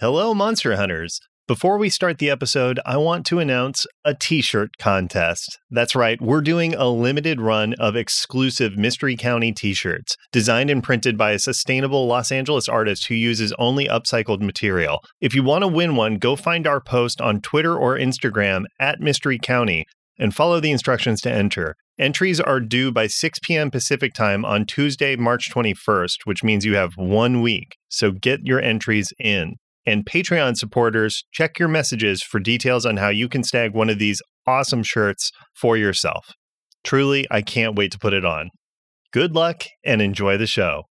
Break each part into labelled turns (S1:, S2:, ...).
S1: Hello, Monster Hunters. Before we start the episode, I want to announce a t shirt contest. That's right, we're doing a limited run of exclusive Mystery County t shirts designed and printed by a sustainable Los Angeles artist who uses only upcycled material. If you want to win one, go find our post on Twitter or Instagram at Mystery County and follow the instructions to enter. Entries are due by 6 p.m. Pacific time on Tuesday, March 21st, which means you have one week. So get your entries in. And Patreon supporters, check your messages for details on how you can snag one of these awesome shirts for yourself. Truly, I can't wait to put it on. Good luck and enjoy the show.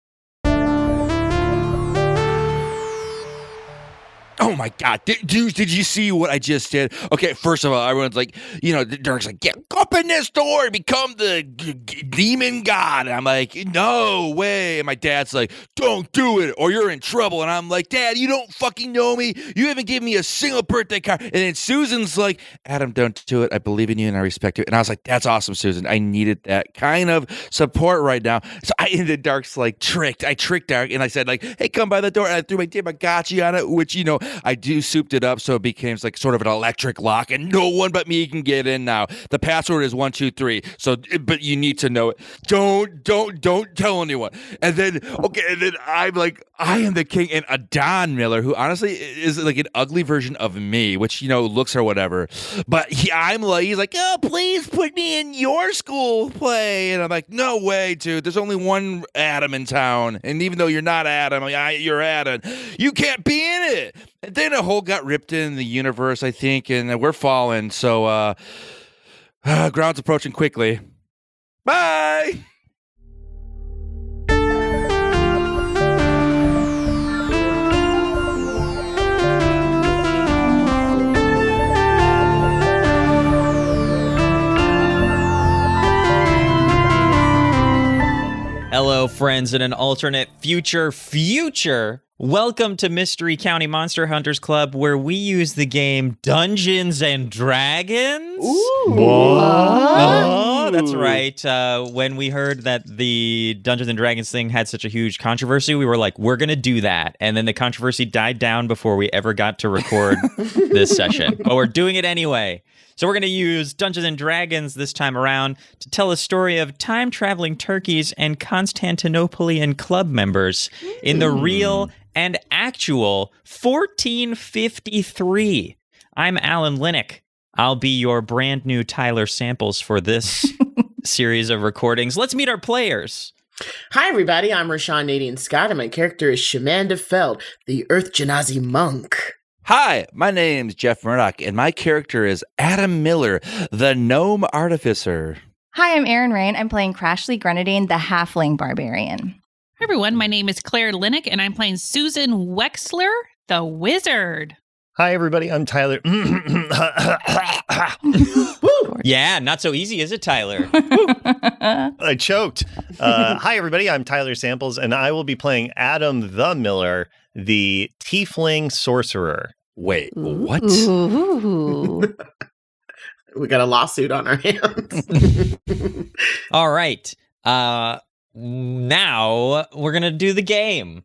S2: Oh my God, did, dude, did you see what I just did? Okay, first of all, everyone's like, you know, Derek's like, get up in this door, and become the g- g- demon god. And I'm like, no way. And my dad's like, don't do it or you're in trouble. And I'm like, Dad, you don't fucking know me. You haven't given me a single birthday card. And then Susan's like, Adam, don't do it. I believe in you and I respect you. And I was like, that's awesome, Susan. I needed that kind of support right now. So I in the dark's like tricked. I tricked Dark and I said, like, hey, come by the door. And I threw my Tamagotchi on it, which, you know, I do souped it up so it became like sort of an electric lock and no one but me can get in now. The password is one, two, three. So, but you need to know it. Don't, don't, don't tell anyone. And then, okay, and then I'm like, I am the king. And a Don Miller, who honestly is like an ugly version of me, which, you know, looks or whatever. But he, I'm like, he's like, oh, please put me in your school play. And I'm like, no way, dude. There's only one Adam in town. And even though you're not Adam, I, you're Adam. You can't be in it. And then a hole got ripped in the universe, I think, and we're falling. So, uh, ground's approaching quickly. Bye.
S3: Hello, friends, in an alternate future, future. Welcome to Mystery County Monster Hunters Club, where we use the game Dungeons and Dragons. Oh, that's right. Uh, when we heard that the Dungeons and Dragons thing had such a huge controversy, we were like, we're going to do that. And then the controversy died down before we ever got to record this session. But we're doing it anyway. So we're going to use Dungeons and Dragons this time around to tell a story of time traveling turkeys and Constantinopolitan club members in the real and actual 1453. I'm Alan Linick. I'll be your brand new Tyler Samples for this series of recordings. Let's meet our players.
S4: Hi, everybody. I'm Rashawn Nadine Scott, and my character is Shamanda Feld, the Earth Genazi monk.
S2: Hi, my name's Jeff Murdoch, and my character is Adam Miller, the gnome artificer.
S5: Hi, I'm Erin Rain. I'm playing Crashly Grenadine, the halfling barbarian.
S6: Hi everyone, my name is Claire Linick and I'm playing Susan Wexler, the wizard.
S1: Hi, everybody. I'm Tyler. I
S3: Yeah, not so easy, is it, Tyler?
S1: choked. Uh, hi, everybody. I'm Tyler Samples, and I will be playing Adam the Miller, the Tiefling Sorcerer.
S2: Wait, what?
S5: Ooh.
S4: We got a lawsuit on our hands.
S3: All right. Uh, now we're going to do the game.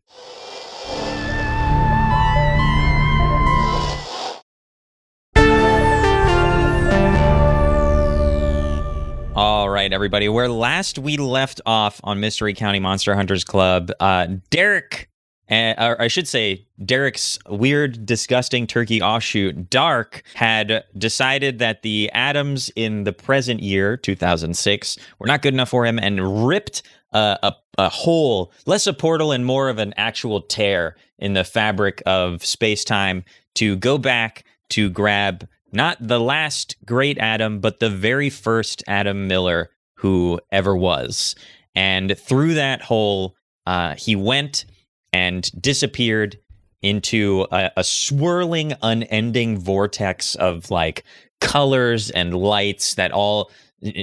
S3: All right, everybody. Where last we left off on Mystery County Monster Hunters Club, uh, Derek, uh, or I should say, Derek's weird, disgusting turkey offshoot, Dark, had decided that the atoms in the present year, 2006, were not good enough for him and ripped uh, a, a hole, less a portal and more of an actual tear in the fabric of space time to go back to grab not the last great Adam, but the very first Adam Miller who ever was. And through that hole, uh, he went and disappeared into a, a swirling, unending vortex of like colors and lights that all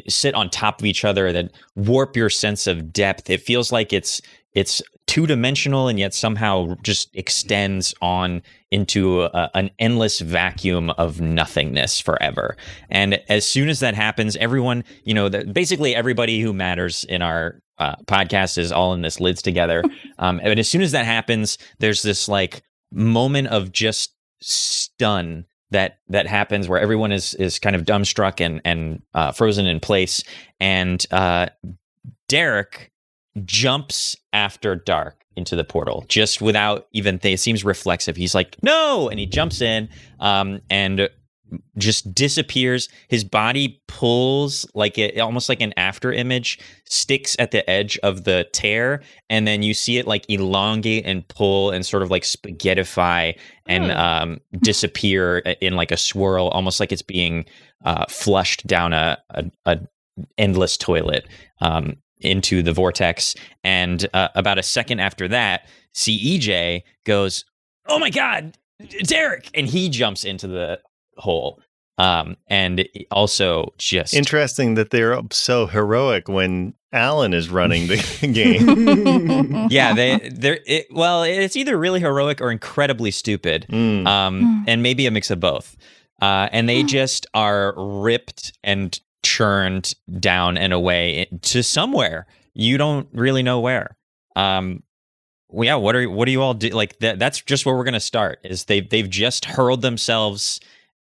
S3: sit on top of each other that warp your sense of depth. It feels like it's it's two dimensional and yet somehow just extends on into a, an endless vacuum of nothingness forever. And as soon as that happens, everyone, you know, the, basically everybody who matters in our uh, podcast is all in this lids together. Um, but as soon as that happens, there's this like moment of just stun that that happens where everyone is is kind of dumbstruck and and uh, frozen in place. And uh, Derek jumps after dark into the portal just without even th- it seems reflexive he's like no and he jumps in um and just disappears his body pulls like it almost like an after image sticks at the edge of the tear and then you see it like elongate and pull and sort of like spaghettify and
S6: Hmm.
S3: um disappear in like a swirl almost like it's being uh flushed down a a, a endless toilet um into the vortex and uh, about a second after that cej goes oh my god derek and he jumps into the hole um and also just
S1: Interesting that they're so heroic when Alan is running the game.
S3: yeah they they're it, well it's either really heroic or incredibly stupid
S1: Mm.
S3: um,
S5: Mm.
S3: and maybe a mix of both. Uh, and they just are ripped and churned down and away eh, to somewhere you don't really know where. Um, well, yeah, what are what do you all do? Like that, that's just where we're gonna start. Is they they've just hurled themselves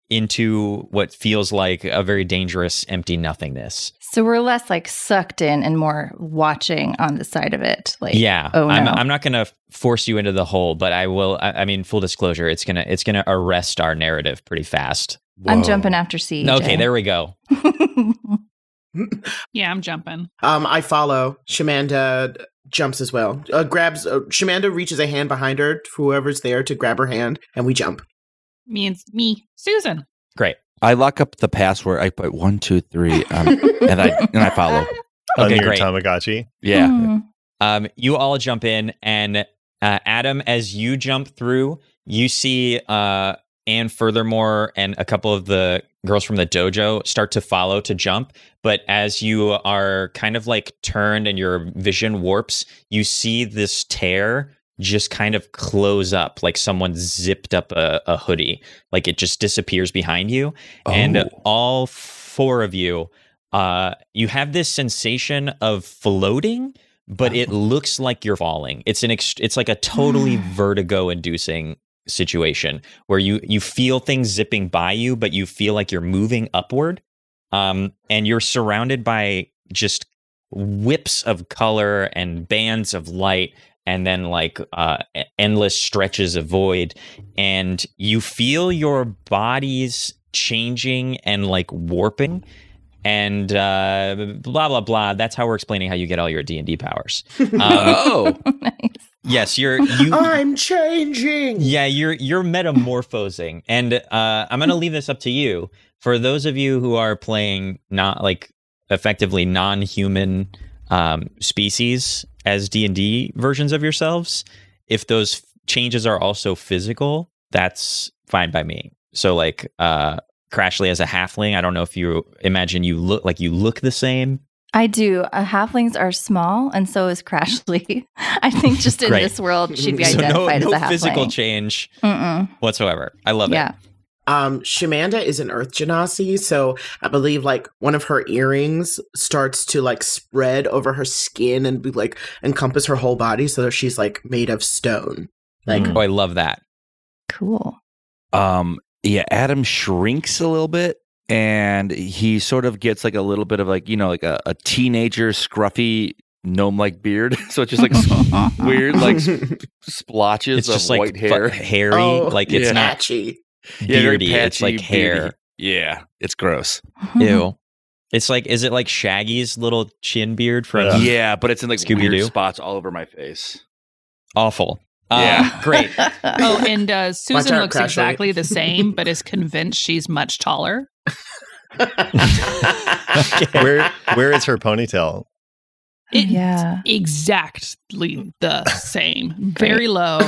S3: into what feels like a very dangerous empty nothingness.
S5: So we're less like sucked in and more watching on the side of it. Like,
S3: yeah,
S5: oh,
S3: I'm
S5: no.
S3: I'm not gonna force you into the hole, but I will. I, I mean, full disclosure, it's gonna it's gonna arrest our narrative pretty fast.
S5: I'm jumping after E CJ.
S3: Okay, there we go.
S6: Yeah, I'm jumping.
S4: Um, I follow. Shamanda jumps as well. Uh, grabs. Uh, Shamanda reaches a hand behind her, to whoever's there, to grab her hand, and we jump.
S6: Means me, Susan.
S2: I lock up the password. I put one, two, three, um, and I and I follow.
S1: on
S3: okay,
S1: your
S3: great.
S1: Tamagotchi.
S2: Yeah.
S5: Hmm.
S3: Um, you all jump in, and uh, Adam, as you jump through, you see uh, and furthermore, and a couple of the girls from the dojo start to follow to jump. But as you are kind of like turned and your vision warps, you see this tear just kind of close up like someone zipped up a, a hoodie like it just disappears behind you and uh,
S2: Oh.
S3: all four of you uh you have this sensation of floating but it looks like you're falling it's an ex- it's like a totally vertigo inducing situation where you you feel things zipping by you but you feel like you're moving upward um and you're surrounded by just whips of color and bands of light and then like uh e- endless stretches of void and you feel your bodies changing and like warping and uh, blah blah blah that's how we're explaining how you get all your d&d powers um,
S2: oh,
S5: nice.
S3: yes you're you
S4: I'm changing.
S3: yeah you're you're metamorphosing and uh, i'm gonna leave this up to you for those of you who are playing not like effectively non-human um, species as d&d versions of yourselves if those f- changes are also physical that's fine by me so like uh crashly as a halfling i don't know if you imagine you look like you look the same
S5: I do. Uh, halflings are small, and so is Crashly. I think just in
S3: Great.
S5: this world, she'd be
S4: So
S3: no,
S5: identified
S3: no
S5: as a halfling.
S3: physical change
S5: Mm-mm.
S3: whatsoever i love it
S5: Yeah.
S4: Um, Shamanda is an Earth Genasi, so I believe like one of her earrings starts to like spread over her skin and be like encompass her whole body, so that she's like made of stone. Like
S3: oh i love that
S5: Cool.
S2: um, yeah. Adam shrinks a little bit, and he sort of gets like a little bit of like you know like a, a teenager scruffy gnome-like beard. so it's just like s- weird like s- splotches
S3: it's
S2: of
S3: just like
S2: white
S3: fu-
S2: hair.
S3: hairy
S4: Oh,
S3: like it's
S2: yeah.
S3: not
S4: patchy.
S2: Yeah, very
S3: beardy it's like
S2: patchy,
S3: hair
S2: beardy. Yeah, it's gross.
S5: Mm-hmm.
S3: ew it's like is it like shaggy's little chin beard from
S1: Yeah.
S2: Yeah, but it's in like
S3: Scooby-Doo?
S2: weird spots all over my face.
S3: awful Uh,
S2: Yeah.
S3: great
S6: Oh, and uh, Susan
S4: out,
S6: looks
S4: Crashly.
S6: exactly the same, but is convinced she's much taller.
S1: Where where is her ponytail?
S6: It-
S5: Oh, yeah.
S6: Exactly the same. Very low,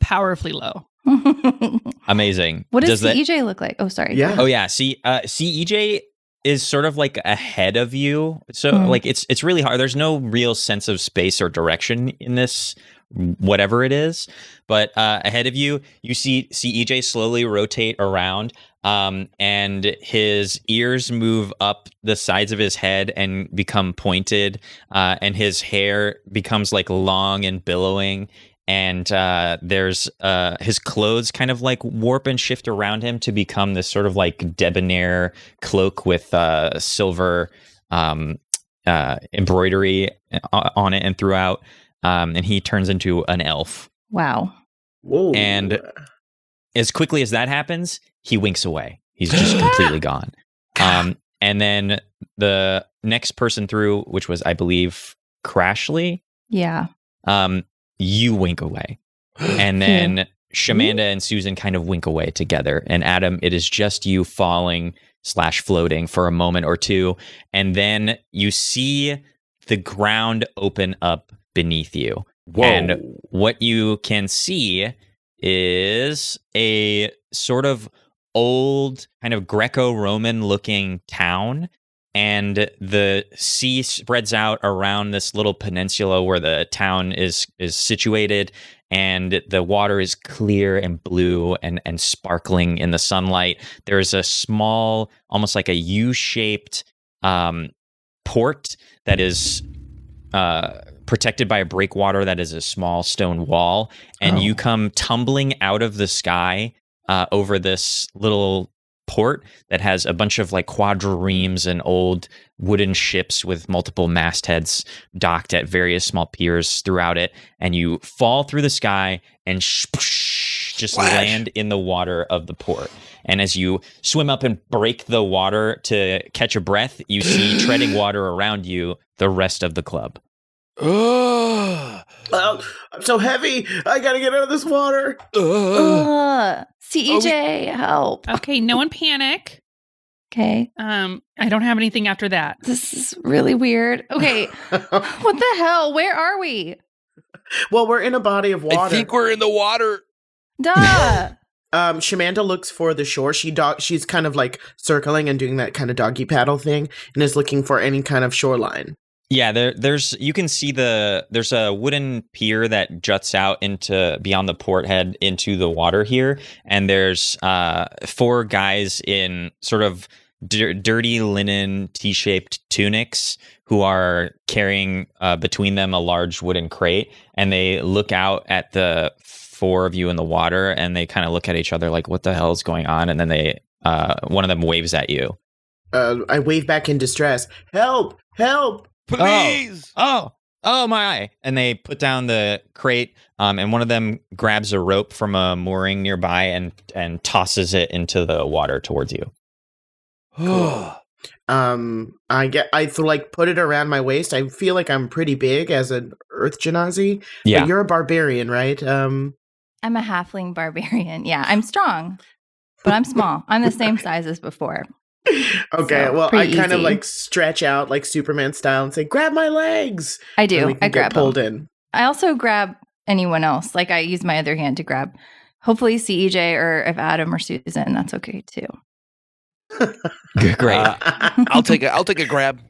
S6: powerfully low.
S5: what
S3: Amazing.
S5: does
S3: that?
S5: CEJ look like? Oh, sorry.
S4: Yeah.
S3: Oh yeah, see, uh, CEJ is sort of like ahead of you, so
S5: Mhm.
S3: like it's it's really hard. There's no real sense of space or direction in this, whatever it is. But uh, ahead of you, you see CEJ slowly rotate around, um, and his ears move up the sides of his head and become pointed, uh, and his hair becomes like long and billowing. And uh, there's uh, his clothes kind of like warp and shift around him to become this sort of like debonair cloak with uh, silver um, uh, embroidery o- on it and throughout. Um, and he turns into an elf.
S5: Wow.
S4: Whoa.
S3: And- As quickly as that happens, he winks away. He's just completely gone. Um, and then the next person through, which was, I believe, Crashly,
S5: Yeah.
S3: um, you wink away. And then Shamanda and Susan kind of wink away together. And Adam, it is just you falling slash floating for a moment or two. And then you see the ground open up beneath you.
S2: Whoa.
S3: And what you can see is a sort of old, kind of Greco Roman looking town. And the sea spreads out around this little peninsula where the town is is situated, and the water is clear and blue and, and sparkling in the sunlight. There is a small, almost like a U shaped um, port that is uh, protected by a breakwater that is a small stone wall, and
S4: Oh.
S3: you come tumbling out of the sky uh, over this little port that has a bunch of like quadriremes and old wooden ships with multiple mastheads docked at various small piers throughout it, and you fall through the sky and sploosh, just
S2: Splash.
S3: land in the water of the port. And as you swim up and break the water to catch a breath, you see treading water around you the rest of the club.
S2: Ugh.
S4: Oh, I'm so heavy. I gotta get out of this water.
S2: Ugh.
S5: Ugh. CEJ, help.
S6: Okay, no one panic.
S5: Okay.
S6: Um, I don't have anything after that.
S5: This is really weird. Okay. what the hell? Where are we?
S4: well, we're in a body of water.
S2: I think we're in the water.
S5: Duh.
S4: um, Shamanda looks for the shore. She dog. She's kind of like circling and doing that kind of doggy paddle thing, and is looking for any kind of shoreline.
S3: Yeah, there, there's you can see the there's a wooden pier that juts out into beyond the port head into the water here, and there's uh, four guys in sort of dir- dirty linen T-shaped tunics who are carrying uh, between them a large wooden crate, and they look out at the four of you in the water, and they kind of look at each other like, "What the hell is going on?" And then they uh, one of them waves at you.
S4: Uh, I wave back in distress. Help! Help!
S2: Please.
S3: oh oh my eye and they put down the crate um, and one of them grabs a rope from a mooring nearby and and tosses it into the water towards you
S4: Um, I get. I th- like put it around my waist. I feel like I'm pretty big as an Earth Genazi.
S3: yeah
S4: But you're a barbarian, right? Um.
S5: I'm a halfling barbarian. Yeah. I'm strong, but I'm small. I'm the same size as before.
S4: Okay,
S5: So,
S4: well, I
S5: pretty
S4: kind of
S5: easy.
S4: like stretch out like Superman style and say, "Grab my legs."
S5: I
S4: And
S5: do.
S4: we can
S5: I
S4: get
S5: grab them.
S4: pulled in.
S5: I also grab anyone else. Like I use my other hand to grab, hopefully CEJ or if Adam or Susan, that's okay too.
S3: great
S4: Uh,
S2: I'll take a I'll take a grab.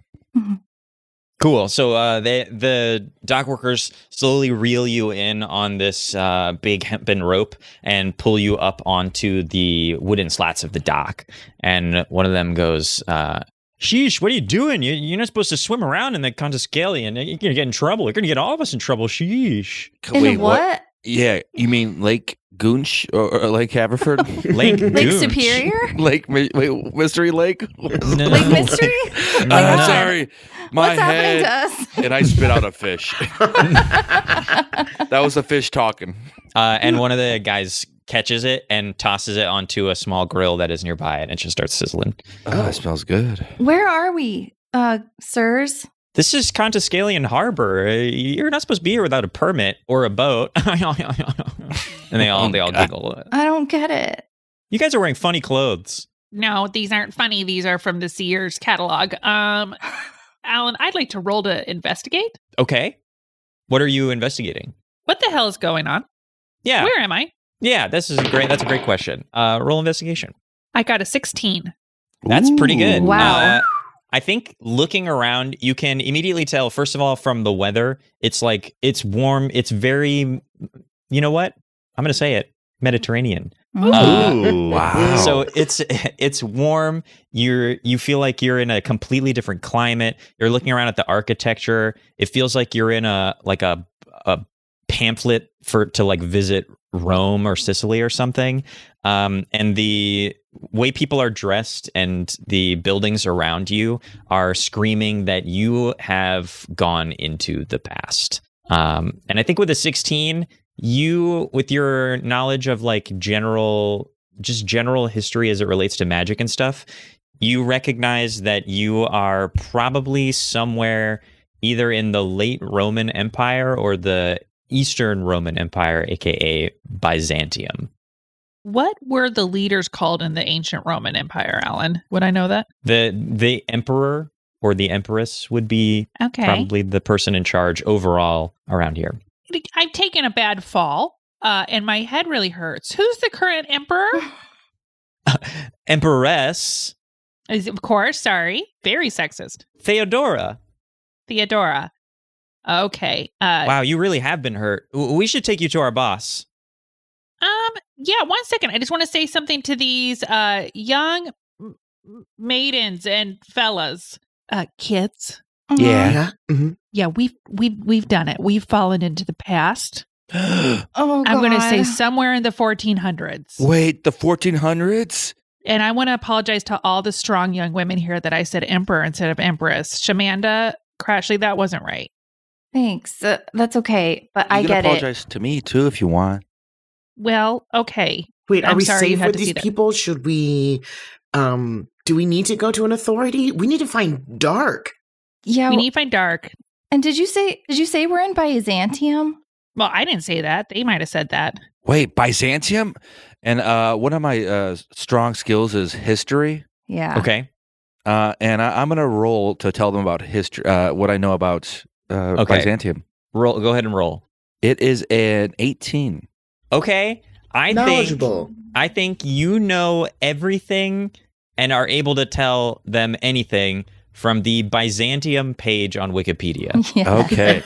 S3: Cool. So uh, they, the dock workers slowly reel you in on this uh, big hempen rope and pull you up onto the wooden slats of the dock. And one of them goes, uh, Sheesh, what are you doing? You, you're not supposed to swim around in the Contoscalion. You're going to get in trouble. You're going to get all of us in trouble. Sheesh.
S5: In what?
S2: Yeah, you mean Lake Goonch or, or Lake Haverford?
S3: Lake,
S5: Lake
S3: Gooch.
S5: Superior?
S2: Lake Mi- wait, Mystery Lake?
S3: No.
S5: Lake Mystery?
S2: I'm
S3: my God.
S2: sorry. My
S5: What's
S2: head
S5: happening
S2: and I spit out a fish.
S5: to us?
S2: that was a fish talking.
S3: Uh, and one of the guys catches it and tosses it onto a small grill that is nearby and it just starts sizzling.
S2: Oh, it smells good.
S5: Where are we, uh, sirs?
S3: This is Contoscalion Harbor. Uh, You're not supposed to be here without a permit or a boat. and they all they all giggle.
S5: I don't get it.
S3: You guys are wearing funny clothes.
S6: No, these aren't funny. These are from this year's catalog. Um, Alan, I'd like to roll to investigate.
S3: Okay. What are you investigating?
S6: What the hell is going on?
S3: Yeah.
S6: Where am I?
S3: Yeah, this is a great. That's a great question. Uh, roll investigation.
S6: I got a 16.
S3: That's pretty good.
S5: Ooh. Wow.
S3: Uh, I think looking around, you can immediately tell. First of all, from the weather, it's like it's warm. It's very. You know what? I'm going to say it. Mediterranean. Uh,
S1: Ooh.
S2: wow.
S3: So it's it's warm. You're you feel like you're in a completely different climate. You're looking around at the architecture. It feels like you're in a like a a pamphlet for to like visit Rome or Sicily or something. Um, and the way people are dressed and the buildings around you are screaming that you have gone into the past. Um, and I think with a 16, you with your knowledge of like general just general history as it relates to magic and stuff you recognize that you are probably somewhere either in the late roman empire or the eastern roman empire aka byzantium
S6: What were the leaders called in the ancient Roman Empire, Alan? Would I know that?
S3: the the emperor or the empress would be
S6: Okay.
S3: probably the person in charge overall around here
S6: I've taken a bad fall uh, and my head really hurts. Who's the current emperor?
S3: empress
S6: Is of course, sorry. Very sexist.
S3: theodora
S6: Theodora. Okay. Uh,
S3: wow you really have been hurt W- we should take you to our boss
S6: Um. Yeah. One second. I just want to say something to these uh young m- m- maidens and fellas, uh, kids.
S5: Uh-huh.
S2: Yeah.
S4: Yeah. hmm
S6: Yeah, we've we've we've done it. We've fallen into the past.
S5: Oh,
S6: I'm going to say
S5: God.
S6: somewhere in the 1400s.
S2: Wait, the 1400s?
S6: And I want to apologize to all the strong young women here that I said emperor instead of empress. Shamanda Crashly, that wasn't right.
S5: Thanks. Uh, that's okay, but I
S2: you
S5: get
S2: can
S5: it.
S2: apologize to me too if you want.
S6: Well, okay.
S4: Wait, are
S6: I'm
S4: we
S6: sorry you
S4: safe
S6: had
S4: with
S6: to see
S4: these
S6: that.
S4: people? Should we? Um, do we need to go to an authority? We need to find Dark.
S5: Yeah.
S6: We
S5: w-
S6: need to find dark.
S5: and did you say did you say we're in Byzantium?
S6: Well, I didn't say that. They might have said that.
S2: Wait, Byzantium? And uh, one of my uh, strong skills is history.
S6: Ah.
S5: Yeah.
S3: okay
S2: Uh, and I, I'm going to roll to tell them about history, uh, what I know about uh,
S3: Okay.
S2: Byzantium.
S3: roll go ahead and roll
S2: It is an 18.
S3: Okay. I think
S4: Knowledgeable.
S3: I think you know everything and are able to tell them anything from the Byzantium page on Wikipedia.
S5: Yeah.
S2: Okay.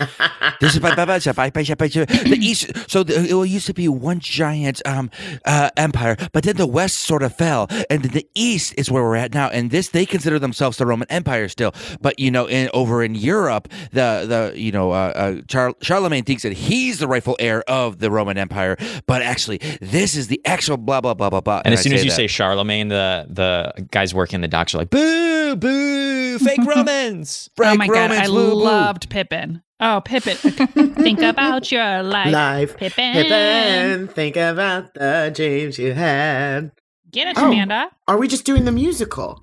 S2: This is by- by- by- by- by- by- by- the east. So the, it used to be one giant um, uh, empire, but then the west sort of fell, and then the east is where we're at now. And this they consider themselves the Roman Empire still, but you know, in, over in Europe, the the you know uh, uh, Char- Charlemagne thinks that he's the rightful heir of the Roman Empire, but actually this is the actual blah blah blah blah blah.
S3: And, as soon
S2: I
S3: as you
S2: that.
S3: say Charlemagne, the the guys working the docks are like, "Boo, boo, fake Romans."
S6: oh
S2: Frank
S6: my god,
S2: Romans,
S6: I
S2: woo, woo.
S6: loved Pippin. Oh, Pippin. Think about your life.
S4: Live.
S6: Pippin.
S4: Pippin, think about the dreams you had.
S6: Get it,
S4: Oh.
S6: Amanda.
S4: Are we just doing the musical?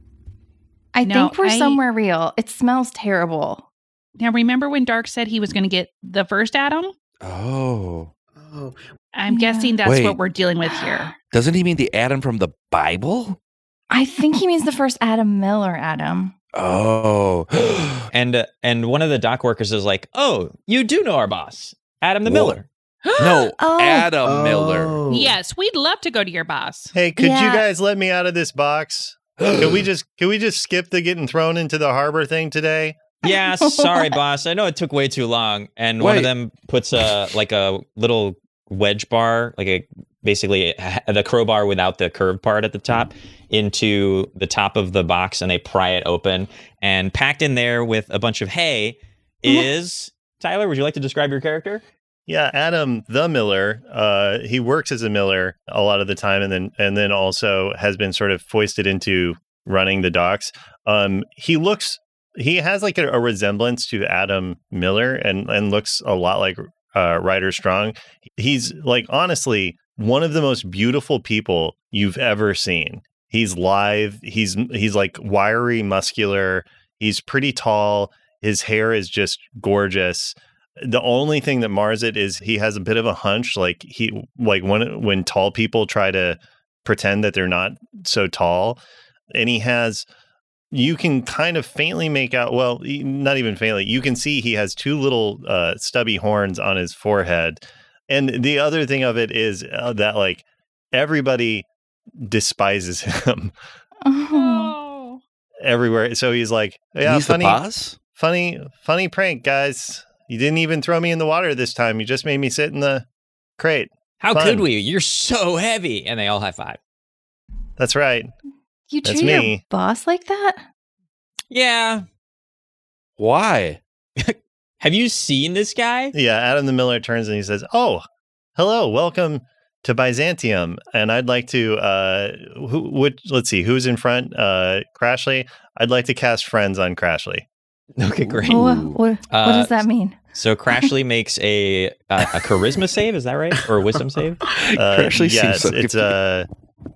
S5: I
S6: No,
S5: think we're
S6: I-
S5: somewhere real. It smells terrible.
S6: Now remember when Dark said he was going to get the first Adam?
S2: Oh,
S4: Oh,
S6: I'm
S5: Yeah.
S6: guessing that's
S2: Wait.
S6: what we're dealing with here.
S2: doesn't he mean the Adam from the Bible?
S5: I think he means the first Adam Miller Adam.
S2: Oh.
S3: And uh, and one of the dock workers is like, "Oh, you do know our boss, Adam the
S2: Whoa.
S3: Miller."
S2: No,
S5: Oh.
S2: Adam Miller.
S4: Oh.
S6: Yes, we'd love to go to your boss.
S1: Hey, could you
S5: Yeah.
S1: guys let me out of this box? Can we just can we just skip the getting thrown into the harbor thing today?
S3: Yeah, sorry, boss. I know it took way too long. And one of
S2: Wait.
S3: them puts a like a little wedge bar, like a basically a, the crowbar without the curved part at the top, into the top of the box, and they pry it open. And packed in there with a bunch of hay is Tyler. Would you like to describe your character?
S1: Yeah, Adam the Miller. Uh, he works as a miller a lot of the time, and then and then also has been sort of foisted into running the docks. Um, he looks, he has like a, a resemblance to Adam Miller, and and looks a lot like uh, Ryder Strong. He's like honestly one of the most beautiful people you've ever seen. He's lithe. He's he's like wiry, muscular. He's pretty tall. His hair is just gorgeous the only thing that mars it is he has a bit of a hunch like he like when when tall people try to pretend that they're not so tall and he has you can kind of faintly make out well e- not even faintly you can see he has two little uh, stubby horns on his forehead And the other thing of it is uh, that like everybody despises him
S5: Oh.
S6: Oh.
S1: everywhere. So he's like, yeah,
S2: He's
S1: funny,
S2: the boss.
S1: funny, funny prank, guys. You didn't even throw me in the water this time. You just made me sit in the crate.
S3: How
S1: Fun.
S3: could we? You're so heavy. And they all high five.
S1: That's right.
S5: You
S1: That's
S5: treat your
S1: me.
S5: boss like that?
S3: Yeah.
S2: Why?
S3: Have you seen this guy?
S1: Yeah, Adam the Miller turns and he says, "Oh, hello, welcome to Byzantium." And I'd like to, uh, who would let's see, who's in front? Uh, Crashly. I'd like to cast friends on Crashly.
S3: Okay, great.
S5: Oh,
S2: Ooh.
S5: what, what
S3: Uh,
S5: does that mean?
S3: So Crashly makes a uh, a charisma save, is that right? Or a wisdom save?
S1: Uh,
S2: Crashly seems
S1: yes,
S2: so
S1: it's
S2: confused.
S1: uh,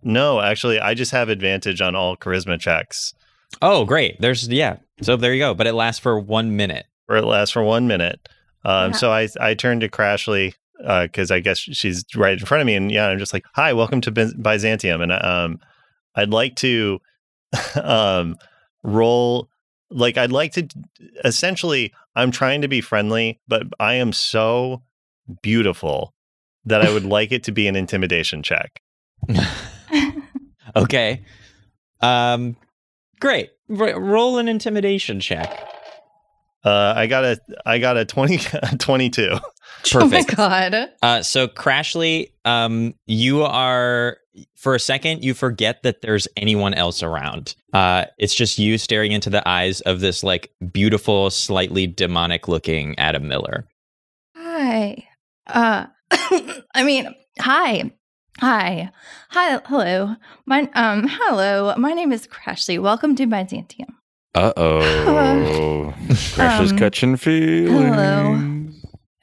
S1: no, actually, I just have advantage on all charisma checks,
S3: Oh, great. There's yeah. So there you go. But it lasts for one minute.
S1: or it lasts for one minute. Um,
S5: Yeah.
S1: So I I turn to Crashly because I guess she's right in front of me, and yeah, I'm just like, "Hi, welcome to Biz- Byzantium," and um, I'd like to um roll like I'd like to essentially I'm trying to be friendly, but I am so beautiful that I would like it to be an intimidation check.
S5: Oh
S3: Okay. Um great. R- roll an intimidation check.
S1: Uh, I got a I got a 20, 22.
S5: oh my
S3: Perfect.
S5: god.
S3: Uh, so Crashly, um, you are for a second you forget that there's anyone else around. Uh, it's just you staring into the eyes of this like beautiful, slightly demonic looking Adam Miller.
S5: Hi. Uh I mean, hi. Hi. Hi. Hello. My um hello. My name is Crashly. Welcome to Byzantium.
S2: Uh oh. Crash's
S5: Um,
S2: catching feelings.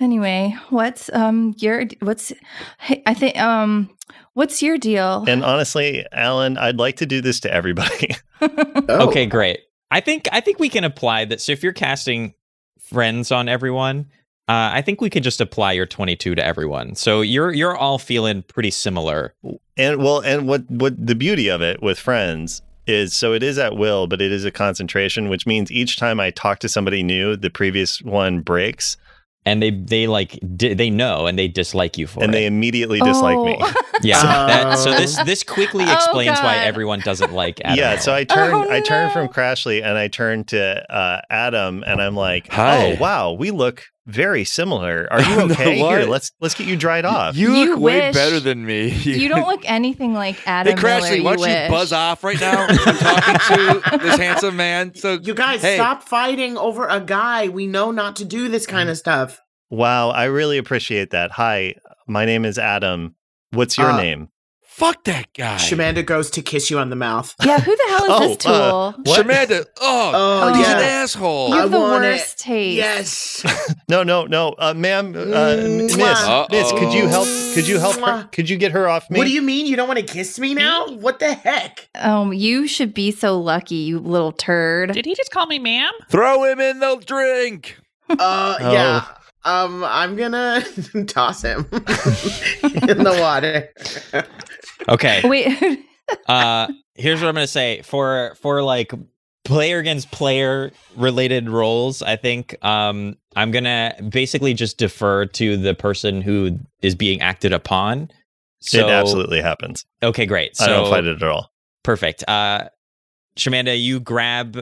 S5: Anyway, what's um your what's hey, I think um what's your deal?
S1: And honestly, Alan, I'd like to do this to everybody.
S4: Oh,
S3: Okay, great. I think I think we can apply that. So if you're casting friends on everyone, uh, I think we can just apply your 22 to everyone. So you're you're all feeling pretty similar.
S1: and well, and what what the beauty of it with friends is so it is at will, but it is a concentration, which means each time I talk to somebody new, the previous one breaks
S3: And they they like di- they know and they dislike you for
S1: and
S3: it.
S1: they immediately dislike me.
S5: Oh.
S3: Yeah.
S4: Oh.
S3: that- so this this quickly
S5: Oh,
S3: explains why
S5: God.
S3: everyone doesn't like Adam.
S1: Yeah,
S3: Miller.
S1: so I turn
S5: Oh,
S1: I turn
S5: no.
S1: from Crashly and I turn to uh, Adam and I'm like,
S2: Hi.
S1: "Oh, wow, we look very similar. Are you
S2: No,
S1: okay? Here,
S2: what?
S1: let's let's get you dried off."
S2: You
S5: You
S2: look way
S5: wish-
S2: better than me.
S5: you don't look anything like
S2: Hey,
S5: Adam Miller.
S2: Crashly, why don't you
S5: wish.
S2: buzz off right now? I'm talking to this handsome man. So
S4: You guys,
S2: Hey.
S4: stop fighting over a guy. We know not to do this kind of stuff.
S1: Wow, I really appreciate that. Hi, my name is Adam. What's your
S4: Uh,
S1: name?
S2: fuck that guy.
S4: Shamanda goes to kiss you on the mouth.
S5: Yeah, who the hell is
S1: Oh,
S5: this tool?
S1: uh, What?
S2: Shamanda. Oh,
S4: Oh,
S2: he's an
S4: yeah.
S2: asshole.
S5: you
S4: I
S5: have the
S4: want it.
S5: worst taste.
S4: Yes.
S1: No, no, no, uh, ma'am, uh, m- miss,
S4: Mwah.
S1: miss. Could you help? Could you help her?
S4: Mwah.
S1: Could you get her off me?
S4: What do you mean? You don't want to kiss me now? What the heck?
S5: Um, you should be so lucky, you little turd.
S6: Did he just call me ma'am?
S2: Throw him in the drink.
S4: Uh,
S1: Oh.
S4: yeah. Um, I'm gonna toss him in the water.
S3: okay.
S5: Wait,
S3: Uh, here's what I'm gonna say for for like player against player related roles. I think um, I'm gonna basically just defer to the person who is being acted upon. So
S1: it absolutely happens.
S3: okay, great. So
S1: I don't fight it at all.
S3: perfect. Uh, Shamanda, you grab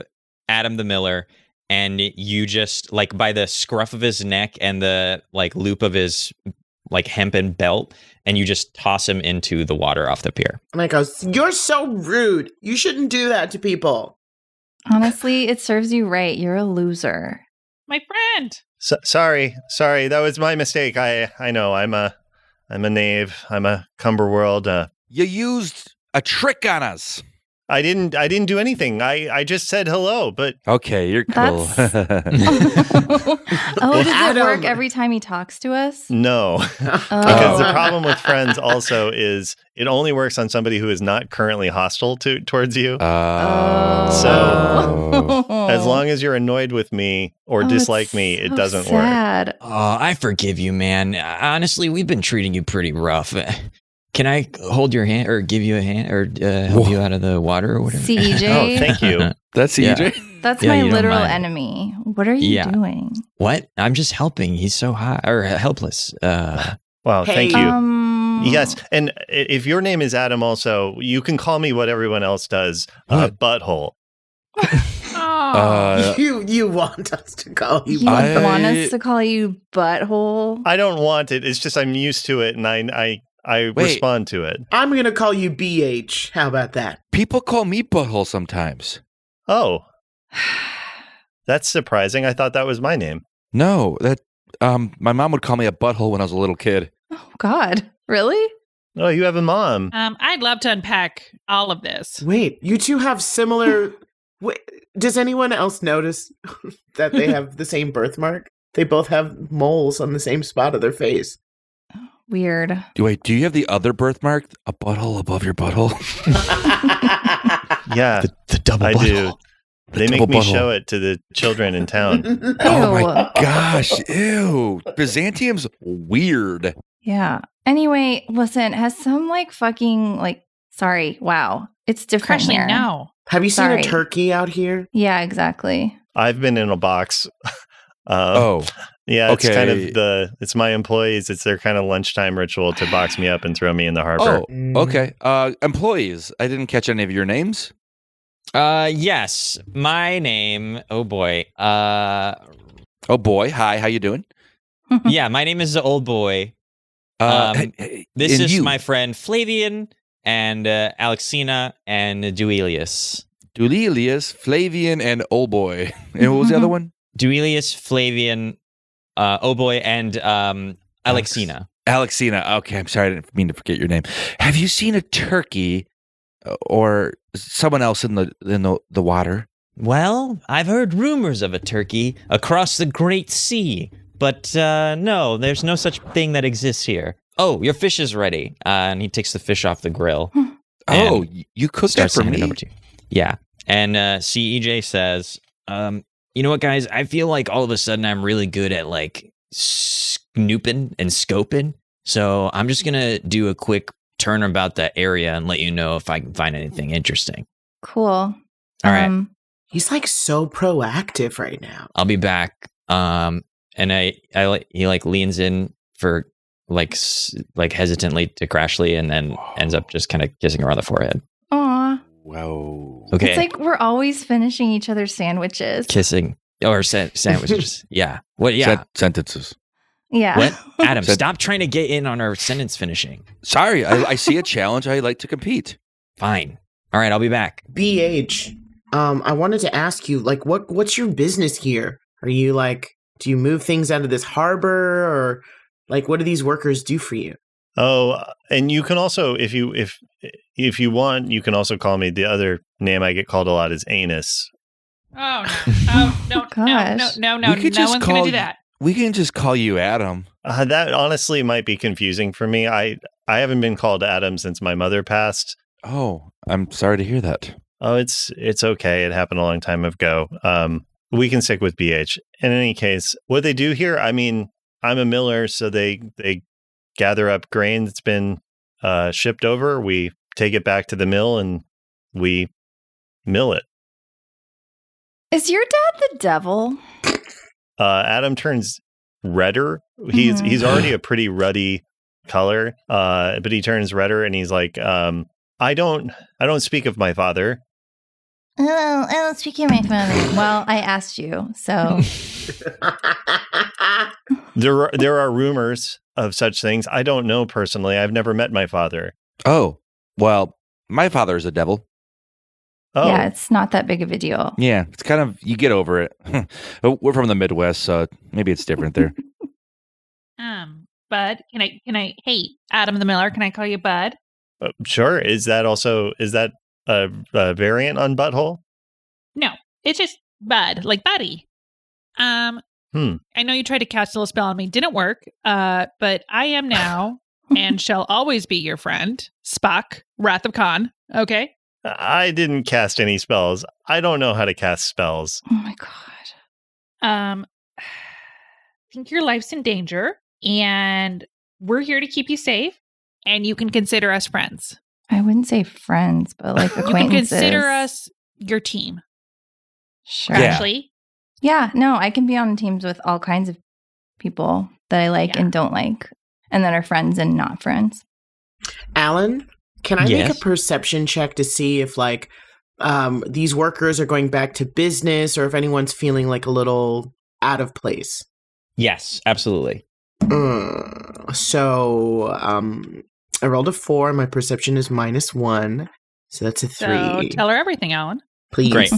S3: Adam the Miller. And you just like by the scruff of his neck and the like loop of his like hempen belt, and you just toss him into the water off the pier.
S4: And I goes, You're so rude. You shouldn't do that to people.
S5: honestly, it serves you right. You're a loser.
S6: My friend.
S1: So- sorry, sorry, that was my mistake. I I know. I'm a I'm a knave. I'm a Cumberworld. Uh,
S2: You used a trick on us.
S1: I didn't I didn't do anything. I I just said hello, but
S2: Okay, you're cool.
S5: oh, does it work
S4: Adam.
S5: every time he talks to us?
S1: no. Because
S4: Oh.
S1: the problem with friends also is it only works on somebody who is not currently hostile to towards you.
S4: Uh,
S2: Oh.
S1: So- As
S3: Oh.
S1: long as you're annoyed with me or
S5: Oh,
S1: dislike
S5: it's
S1: me, it
S5: so
S1: doesn't work.
S5: sad.
S3: Oh, I forgive you, man. Honestly, we've been treating you pretty rough. Can I hold your hand or give you a hand or uh, help
S2: Whoa.
S3: you out of the water or whatever?
S5: CEJ?
S1: Oh, thank you.
S2: that's E
S3: Yeah.
S2: EJ.
S5: That's
S3: Yeah,
S5: my
S3: you don't
S5: literal
S3: mind.
S5: enemy. What are you
S3: Yeah.
S5: doing?
S3: what? I'm just helping. He's so high or helpless. Uh,
S1: Wow, thank
S4: Hey.
S1: you.
S5: Um,
S1: Yes, and i- if your name is Adam, also you can call me what everyone else does, uh, butthole.
S6: Oh,
S2: Uh,
S4: you you want us to call you?
S5: You
S2: I-
S5: want us to call you butthole?
S1: I don't want it. It's just I'm used to it, and I I, I
S2: Wait.
S1: respond to it.
S4: I'm gonna call you BH. How about that?
S2: people call me butthole sometimes.
S1: Oh, that's surprising. I thought that was my name.
S2: No, that um, my mom would call me a butthole when I was a little kid.
S5: oh God, really?
S1: Oh, you have a mom.
S6: um, I'd love to unpack all of this.
S4: Wait, you two have similar. Wait, does anyone else notice that they have the same birthmark? They both have moles on the same spot of their face.
S5: Weird.
S2: Do- Wait, do you have the other birthmark? A butthole above your butthole?
S1: Yeah,
S2: the double
S1: I do. they make me show it to the children in town.
S2: Oh my
S5: Ew.
S2: gosh, ew. Byzantium's weird.
S5: Yeah. Anyway, listen, has some like fucking like sorry, wow. It's different
S6: Crashly,
S5: here.
S6: no.
S4: Have you seen
S5: Sorry.
S4: a turkey out here?
S5: Yeah, exactly.
S1: I've been in a box. Uh,
S3: Uh-huh.
S2: Oh,
S1: yeah, it's kind
S2: okay.
S1: of the it's my employees. It's their kind of lunchtime ritual to box me up and throw me in the harbor.
S2: oh, okay. Uh, employees, I didn't catch any of your names.
S3: Uh, yes, my name. Oh boy. Uh,
S2: Oh boy, hi, how you doing?
S3: yeah, my name is the old boy. Um, This
S2: Uh, and
S3: is
S2: you,
S3: my friend Flavian and uh, Alexina and Duilius.
S2: Dulilius, Flavian, and old boy. And what was the other one?
S3: Duilius, Flavian, uh, oh boy, and um,
S2: Alex.
S3: Alexina.
S2: Alexina. Okay, I'm sorry, I didn't mean to forget your name. Have you seen a turkey uh, or someone else in the in the, the water?
S3: Well, I've heard rumors of a turkey across the Great Sea, but uh, no, there's no such thing that exists here. Oh, your fish is ready. Uh, and he takes the fish off the grill. And
S2: oh, y- you cooked that
S3: starts
S2: for
S3: to hand it
S2: me.
S3: over to you. Yeah. And uh, CEJ says, um, you know what, guys? I feel like all of a sudden I'm really good at like snooping and scoping. So I'm just going to do a quick turn about that area and let you know if I can find anything interesting.
S5: Cool.
S3: All right.
S5: Um,
S4: He's like so proactive right now.
S3: I'll be back. Um, and I, I, like- he like leans in for like, s- like hesitantly to Crashly and then ends up just kind of kissing her on the forehead.
S5: aw.
S2: Whoa.
S3: Okay.
S5: It's like we're always finishing each other's sandwiches.
S3: kissing or sa- sandwiches. yeah. What? Yeah.
S2: Sen- sentences.
S5: Yeah.
S3: What? Adam,
S2: Said-
S3: stop trying to get in on our sentence finishing.
S2: Sorry, I, I see a challenge. I like to compete.
S3: Fine. All right, I'll be back.
S4: BH, um, I wanted to ask you, like, what what's your business here? Are you like, do you move things out of this harbor, or like, what do these workers do for you?
S1: Oh, and you can also if you if if you want, you can also call me the other name I get called a lot is anus.
S6: Oh no! Oh no!
S5: Oh,
S6: no! No!
S5: gosh.
S6: No! No!
S2: We could
S6: No
S2: just
S6: one's gonna
S2: call
S6: do
S2: you-
S6: that.
S2: We can just call you Adam.
S1: Uh, that honestly might be confusing for me. I I haven't been called Adam since my mother passed.
S2: Oh, I'm sorry to hear that.
S1: Oh, it's it's okay. It happened a long time ago. Um, we can stick with BH. In any case, what they do here, I mean, I'm a miller, so they they gather up grain that's been uh, shipped over. We take it back to the mill and we mill it.
S5: Is your dad the devil?
S1: uh, Adam turns redder. He's
S5: Mhm.
S1: he's already a pretty ruddy color, uh, but he turns redder, and he's like, um, "I don't, I don't speak of my father."
S5: Oh, oh, speaking of my father. Well, I asked you, so
S1: There, are, there are rumors of such things. I don't know personally. I've never met my father.
S2: Oh, well, my father is a devil.
S1: Oh,
S5: yeah, it's not that big of a deal.
S2: Yeah, it's kind of, you get over it. Oh, We're from the Midwest, so maybe it's different there.
S6: Um, Bud, can I? Can I? Hey, Adam the Miller, can I call you Bud?
S1: uh, sure. Is that also is that a, a variant on butthole?
S6: It's just Bud, like Buddy. Um,
S1: Hmm.
S6: I know you tried to cast a little spell on me, didn't work. Uh, but I am now and shall always be your friend, Spock, Wrath of Khan. Okay.
S1: I didn't cast any spells. I don't know how to cast spells.
S5: Oh my god.
S6: Um, I think your life's in danger, and we're here to keep you safe. And you can consider us friends.
S5: I wouldn't say friends, but like
S6: You can
S5: acquaintances.
S6: consider us your team,
S5: Sure.
S2: Yeah.
S5: Yeah.
S6: Crashly.
S5: no, I can be on teams with all kinds of people that I like
S6: Yeah.
S5: and don't like. and then are friends and not friends.
S4: Alan, can I make
S3: Yes.
S4: a perception check to see if like um these workers are going back to business or if anyone's feeling like a little out of place?
S3: Yes, absolutely.
S4: Mm, so um I rolled a four, my perception is minus one. So that's a three.
S6: So tell her everything, Alan.
S4: Please.
S3: Great.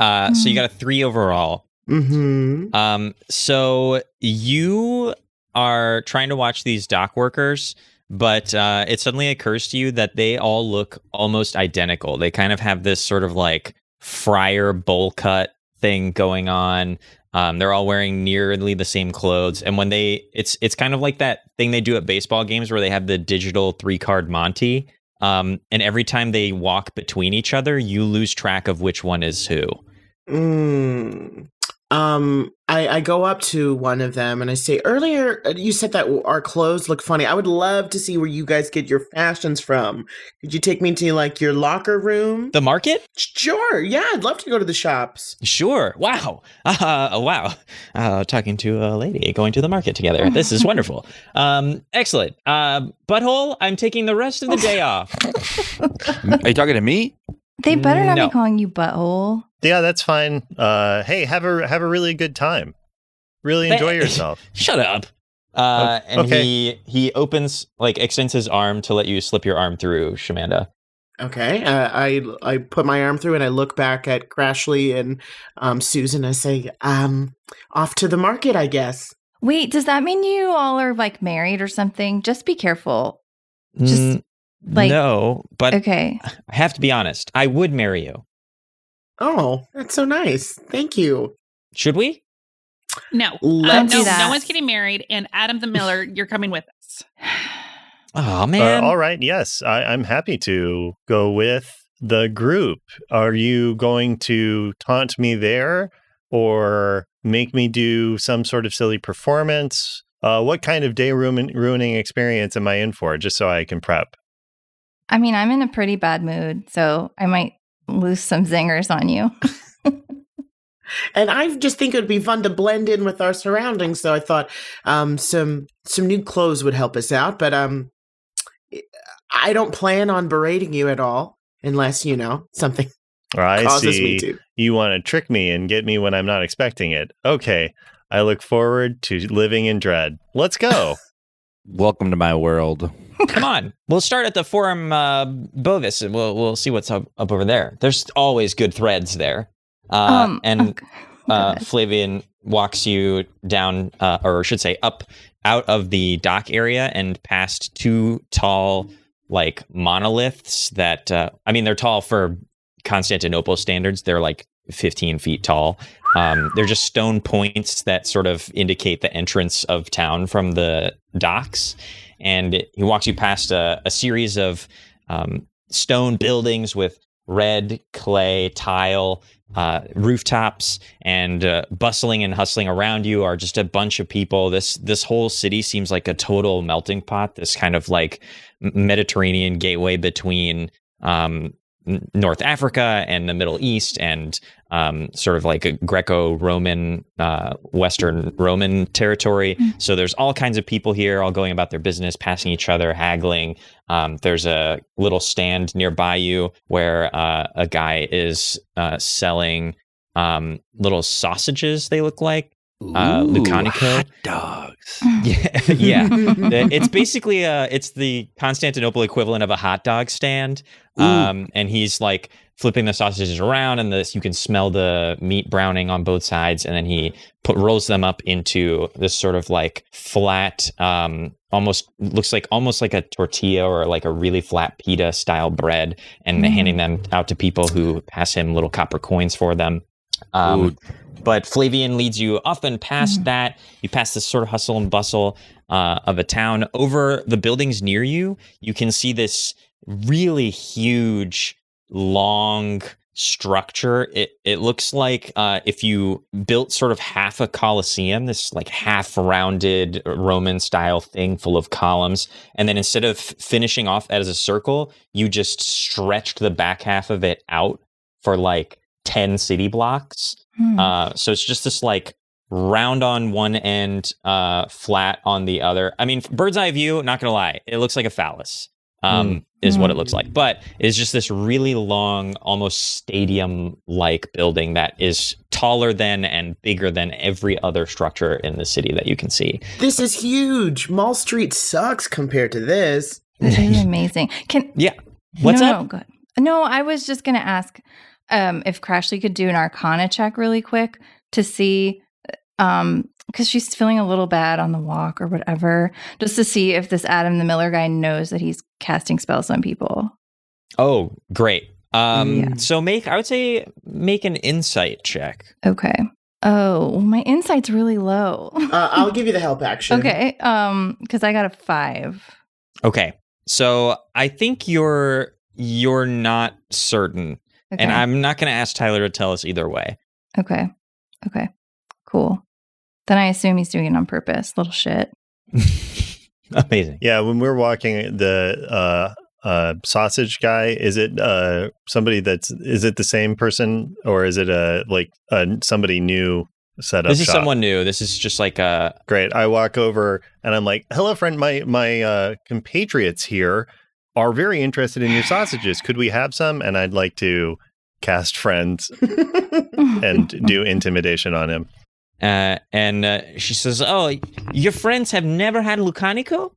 S3: Uh, so you got a three overall.
S4: Mm-hmm.
S3: Um, so you are trying to watch these dock workers, but uh, it suddenly occurs to you that they all look almost identical. They kind of have this sort of like fryer bowl cut thing going on. Um, they're all wearing nearly the same clothes, and when they, it's it's kind of like that thing they do at baseball games where they have the digital three card Monty. Um, and every time they walk between each other, you lose track of which one is who.
S4: Mm. Um, I, I go up to one of them and I say, earlier uh, you said that our clothes look funny. I would love to see where you guys get your fashions from. Could you take me to like your locker room?
S3: The market?
S4: sure. Yeah, I'd love to go to the shops.
S3: Sure. Wow. Uh, wow. Uh, talking to a lady, going to the market together. This is wonderful. Um, excellent. Uh, butthole, I'm taking the rest of the day off.
S2: Are you talking to me?
S5: They better not
S3: No.
S5: be calling you butthole.
S1: Yeah, that's fine. Uh, hey, have a have a really good time. Really
S3: Tha-
S1: enjoy yourself.
S3: Shut up. Uh, and
S1: okay.
S3: he he opens like extends his arm to let you slip your arm through, Shamanda.
S4: Okay. Uh, I I put my arm through and I look back at Crashly and um Susan. I say, um, off to the market, I guess.
S5: Wait, does that mean you all are like married or something? Just be careful. Just, like-
S3: Mm, no, but
S5: Okay.
S3: I have to be honest. I would marry you.
S4: Oh, that's so nice. Thank you.
S3: Should we?
S6: No, Uh,
S4: Let's-
S6: no,
S5: do that.
S6: no one's getting married. And Adam the Miller, you're coming with us.
S3: Oh
S1: Uh,
S3: man.
S1: all right. Yes, I, I'm happy to go with the group. Are you going to taunt me there or make me do some sort of silly performance? Uh, what kind of day ruin- ruining experience am I in for? Just so I can prep.
S5: I mean, I'm in a pretty bad mood, so I might lose some zingers on you.
S4: and I just think it would be fun to blend in with our surroundings. So I thought um, some some new clothes would help us out. But um, I don't plan on berating you at all, unless you know something
S1: I
S4: causes
S1: see.
S4: me to.
S1: You want to trick me and get me when I'm not expecting it. Okay. I look forward to living in dread. Let's go.
S2: Welcome to my world.
S3: Come on, we'll start at the Forum uh, Bovis, and we'll we'll see what's up, up over there. There's always good threads there. Uh,
S5: Um,
S3: and
S5: okay.
S3: uh,
S5: Good.
S3: Flavian walks you down, uh, or I should say, up out of the dock area and past two tall, like monoliths that uh, I mean, they're tall for Constantinople standards. They're like 15 feet tall. Um, they're just stone points that sort of indicate the entrance of town from the docks. And it- he walks you past a, a series of um, stone buildings with red clay tile uh, rooftops and uh, bustling and hustling around you are just a bunch of people. This this whole city seems like a total melting pot. This kind of like M- Mediterranean gateway between um, N- North Africa and the Middle East, and um, sort of like a Greco-Roman, uh, Western Roman territory.
S5: Mm.
S3: So there's all kinds of people here, all going about their business, passing each other, haggling. Um, there's a little stand nearby you where uh, a guy is uh, selling um, little sausages. They look like Uh, Lucanico?
S2: hot dogs.
S6: Mm,
S3: yeah, uh, yeah. The- it's basically uh it's the Constantinople equivalent of a hot dog stand.
S2: Ooh.
S3: Um, and he's like flipping the sausages around, and this you can smell the meat browning on both sides, and then he put rolls them up into this sort of like flat, um, almost looks like almost like a tortilla or like a really flat pita style bread, and
S5: Mm.
S3: handing them out to people who pass him little copper coins for them. Um,
S2: Ooh.
S3: but Flavian leads you up and past
S5: Mhm.
S3: that. You pass this sort of hustle and bustle uh, of a town. Over the buildings near you, you can see this really huge, long structure. It it looks like uh, if you built sort of half a coliseum, this like half rounded uh, Roman style thing full of columns, and then instead of finishing off as a circle, you just stretched the back half of it out for like ten city blocks.
S5: Hmm.
S3: Uh, so it's Uh, just this like round on one end, uh, flat on the other. I mean, bird's eye view, not gonna lie, it looks like a phallus. Um, Is what it looks like, but it's just this really long, almost stadium-like building that is taller than and bigger than every other structure in the city that you can see.
S4: This is huge. Mall Street sucks compared to this.
S5: That is amazing. Can
S3: Yeah. What's
S5: no,
S3: up?
S5: No, good. No, I was just gonna ask um, if Crashly could do an Arcana check really quick to see, um, because she's feeling a little bad on the walk or whatever, just to see if this Adam the Miller guy knows that he's casting spells on people.
S3: Oh, great. Um,
S4: Yeah.
S3: So make I would say make an insight check.
S5: Okay. Oh, my insight's really low.
S4: Uh, I'll give you the help action.
S5: okay. Um, because I got a five.
S3: Okay. So I think you're you're not certain,
S5: Okay.
S3: and I'm not going to ask Tyler to tell us either way.
S5: okay. Okay. Cool. Then I assume he's doing it on purpose. Little shit.
S3: Amazing.
S1: Yeah, when we're walking, the uh, uh, sausage guy is it uh, somebody that's is it the same person or is it a like a, somebody new set up?
S3: This is
S1: shop?
S3: someone new. This is just like uh, a
S1: Great. I walk over and I'm like, "Hello, friend. My my uh, compatriots here are very interested in your sausages. Could we have some?" And I'd like to cast friends and do intimidation on him.
S3: uh, and uh, she says, "Oh, your friends have never had Lucanico?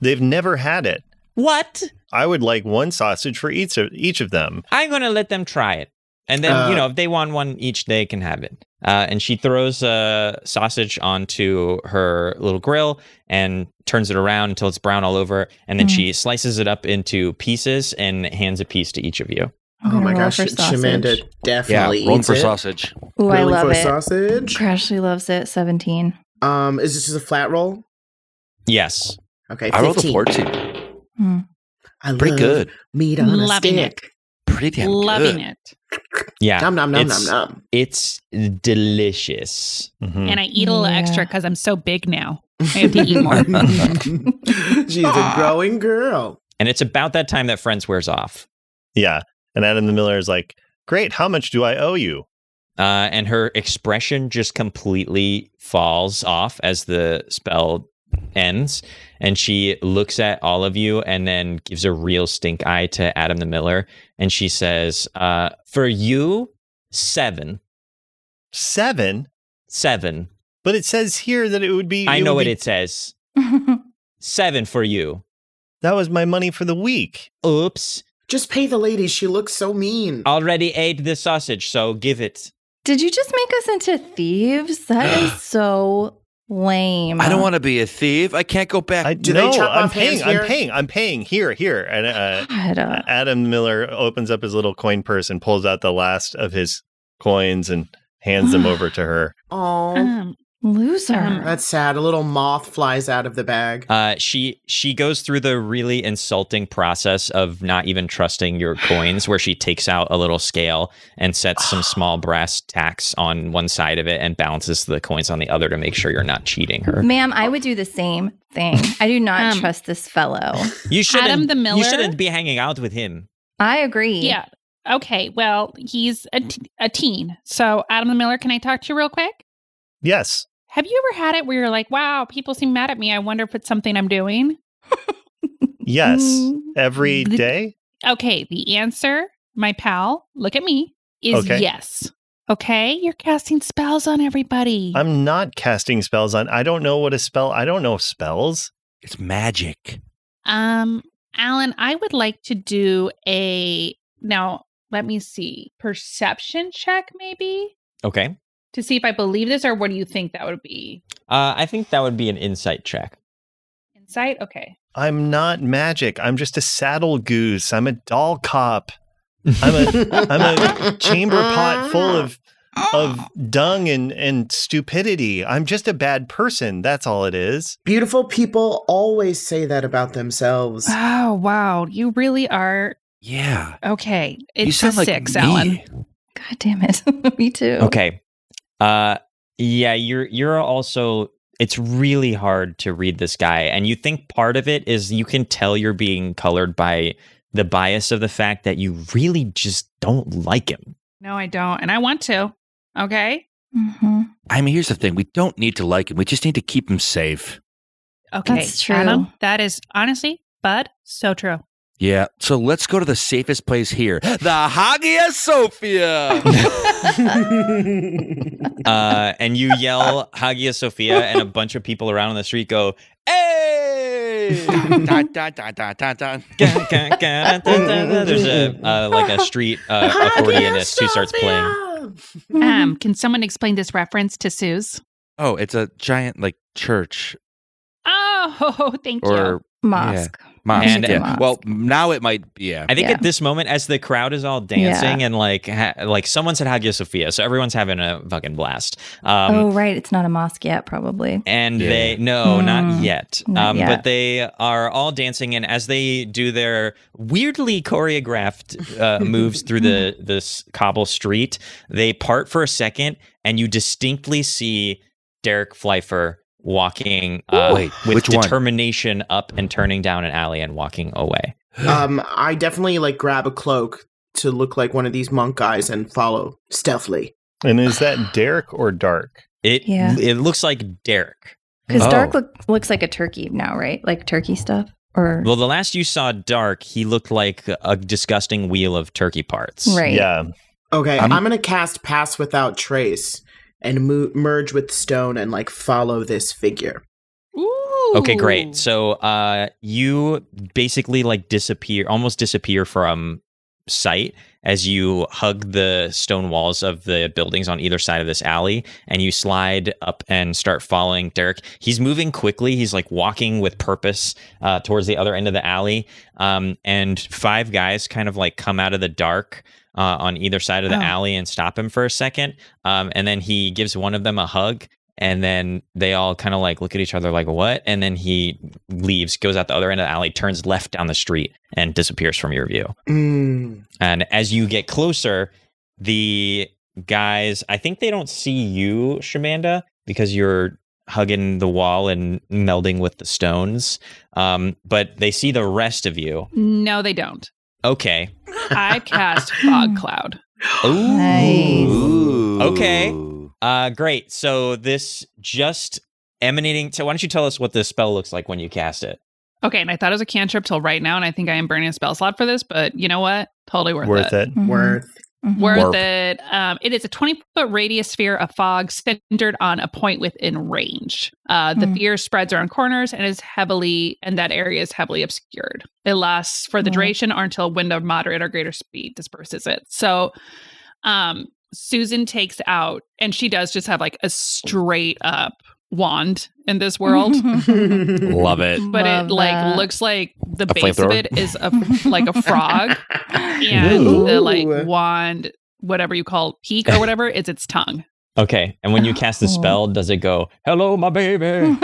S1: They've never had it.
S3: What?
S1: I would like one sausage for each of each of them.
S3: I'm gonna let them try it, and then you
S4: Uh,
S3: know if they want one each, they can have it." Uh, and she throws a sausage onto her little grill and turns it around until it's brown all over, and then
S5: Mm.
S3: she slices it up into pieces and hands a piece to each of you.
S4: Oh
S5: I'm gonna
S4: my
S5: roll
S4: gosh,
S5: for sausage.
S4: Shamanda
S2: Yeah,
S4: definitely
S2: rolling
S4: eats
S2: for
S4: it.
S2: sausage.
S5: Ooh, I
S4: Rolling
S5: love
S4: for
S5: it.
S4: sausage.
S5: Crashly loves it. 17.
S4: Um, is this just a flat roll?
S3: Yes.
S4: Okay, 15.
S2: I rolled a 14.
S5: Hmm.
S4: I
S2: Pretty
S4: love
S2: good.
S4: Meat on a
S6: Loving it.
S4: stick.
S2: Pretty damn
S6: Loving
S2: good.
S6: it.
S3: Yeah.
S4: Nom nom nom nom
S3: It's-
S4: nom.
S3: It's delicious.
S1: Mhm.
S2: Mm.
S6: And I eat a little
S5: Yeah.
S6: extra because I'm so big now. I have to eat more.
S4: She's a growing girl.
S3: And it's about that time that Friends wears off.
S1: Yeah. And Adam the Miller is like, "Great. How much do I owe you?"
S3: Uh, and her expression just completely falls off as the spell ends. And she looks at all of you and then gives a real stink eye to Adam the Miller. And she says, uh, For you, seven.
S1: Seven.
S3: Seven.
S1: But it says here that it would be.
S3: I know
S1: would
S3: what
S1: be-
S3: it says. Seven for you.
S1: That was my money for the week.
S3: Oops.
S4: Just pay the lady. She looks so mean.
S1: Oh.
S3: Already ate the sausage, so give it.
S5: Did you just make us into thieves? That is so lame.
S6: Mm.
S2: I don't want to be a thief. I can't go back.
S1: I
S4: Do they
S1: no,
S4: chop
S1: I'm
S4: off
S1: paying.
S4: hands
S1: I'm
S4: here?
S1: paying. I'm paying. Here, here. And uh,
S5: God, uh,
S1: Adam Miller opens up his little coin purse and pulls out the last of his coins and hands them over to her.
S4: Oh,
S6: Um,
S5: loser.
S6: Um,
S4: that's sad. A little moth flies out of the bag.
S3: Uh, she she goes through the really insulting process of not even trusting your coins, where she takes out a little scale and sets some small brass tacks on one side of it and balances the coins on the other to make sure you're not cheating her.
S5: Ma'am, I would do the same thing. I do not
S6: Um,
S5: trust this fellow.
S3: You shouldn't.
S6: Adam the Miller?
S3: You shouldn't be hanging out with him.
S5: I agree.
S6: yeah. Okay. Well, he's a, t- a teen. So, Adam Miller, can I talk to you real quick?
S1: Yes.
S6: Have you ever had it where you're like, wow, people seem mad at me. I wonder if it's something I'm doing?
S1: Yes.
S5: Mm.
S1: Every
S6: The-
S1: day.
S6: Okay. The answer, my pal, look at me, is
S1: Okay.
S6: yes. Okay. You're casting spells on everybody.
S1: I'm not casting spells on. I don't know what a spell. I don't know spells.
S2: it's magic.
S6: Um, Alan, I would like to do a now. Let me see perception check, maybe
S3: Okay.
S6: to see if I believe this, or what do you think that would be?
S3: Uh, I think that would be an insight check.
S6: Insight. Okay.
S1: I'm not magic. I'm just a saddle goose. I'm a doll cop. I'm a I'm a chamber pot full
S5: Mm-hmm.
S1: of of dung and and stupidity. I'm just a bad person. That's all it is.
S4: Beautiful people always say that about themselves.
S6: Oh wow, you really are
S2: Yeah.
S6: okay.
S2: you
S6: It's a
S2: sound like
S6: six,
S2: me.
S6: Alan.
S5: God damn it. me too.
S3: Okay. Uh, yeah, you're you're also. It's really hard to read this guy, and you think part of it is you can tell you're being colored by the bias of the fact that you really just don't like him.
S6: No, I don't, and I want to. Okay.
S5: Mhm.
S2: I mean, here's the thing: we don't need to like him. We just need to keep him safe.
S6: Okay,
S5: That's true.
S6: Adam, that is honestly, Bud, so true.
S2: Yeah. So let's go to the safest place here, the Hagia Sophia.
S3: Uh, and you yell Hagia Sophia, and a bunch of people around on the street go, "Hey!"
S2: Dun, dun, dun, dun, dun, dun.
S3: Ga, ga, ga, da, da, da. There's a uh, like a street uh, accordionist who starts playing.
S5: Mm-hmm.
S6: Um, can someone explain this reference to Sue's?
S2: Oh, it's a giant like church
S6: Oh, thank
S2: or
S5: Mosque.
S2: mosque.
S3: And-
S2: yeah.
S5: Mosque.
S2: Well, now it might. Yeah.
S3: I think
S5: Yeah.
S3: at this moment, as the crowd is all dancing and like ha- like someone said Hagia Sophia, so everyone's having a fucking blast. Um,
S5: oh, right. It's not a mosque yet, probably.
S3: And
S2: Yeah.
S3: they no, not
S5: Mm,
S3: yet.
S5: not
S3: um,
S5: yet.
S3: But they are all dancing, and as they do their weirdly choreographed uh, moves through the this cobble street, they part for a second, and you distinctly see Derek Pfeiffer walking uh,
S2: Wait,
S3: with
S2: which one?
S3: determination up and turning down an alley and walking away.
S4: um, I definitely like grab a cloak to look like one of these monk guys and follow stealthily.
S1: And is that Derek or Dark?
S3: It
S5: Yeah.
S3: it looks like Derek.
S5: Because
S2: Oh.
S5: dark look, looks like a turkey now, right? Like turkey stuff, or
S3: Well, the last you saw Dark, he looked like a disgusting wheel of turkey parts.
S5: right?
S1: Yeah.
S4: Okay,
S2: I'm-
S4: I'm, gonna cast Pass Without Trace and mo- merge with Stone and like follow this figure.
S6: you. Ooh.
S3: Okay, great. So uh, you basically like disappear, almost disappear from sight as you hug the stone walls of the buildings on either side of this alley and you slide up and start following Derek. He's moving quickly. He's like walking with purpose uh, towards the other end of the alley. Um, and five guys kind of like come out of the dark. Uh, on either side of the
S6: Oh.
S3: alley and stop him for a second. Um, and then he gives one of them a hug and then they all kind of like look at each other like, what? And then he leaves, goes out the other end of the alley, turns left down the street, and disappears from your view.
S4: Mm.
S3: And as you get closer, the guys, I think they don't see you, Shamanda, because you're hugging the wall and melding with the stones. Um, but they see the rest of you.
S6: No, they don't.
S3: Okay.
S6: I cast fog cloud.
S5: Nice.
S3: Okay. Uh, great. So this just emanating. So why don't you tell us what this spell looks like when you cast it?
S6: Okay, and I thought it was a cantrip till right now, and I think I am burning a spell slot for this, but you know what? Totally worth,
S1: Worth it.
S5: Mhm.
S4: Worth.
S5: Mhm.
S6: Worth
S2: Warp.
S6: it. Um, it is a 20 foot radius sphere of fog centered on a point within range. Uh, the
S2: Hmm.
S5: Mm.
S6: fear spreads around corners and is heavily, and that area is heavily obscured. It lasts for
S2: Hmm.
S6: the
S5: Mm.
S6: duration or until wind of moderate or greater speed disperses it. So, um, Susan takes out, and she does just have like a straight up wand in this world.
S2: Love it.
S6: But
S5: Love
S6: it like
S5: that.
S6: looks like the
S2: A
S6: base of
S2: flamethrower?
S6: it is a like a frog and
S1: Ooh.
S6: the like
S4: Ooh.
S6: wand, whatever you call it, peak or whatever, is its tongue.
S3: Okay. And when you cast the
S5: Cool.
S3: spell, does it go, hello, my
S5: Hmm.
S3: baby?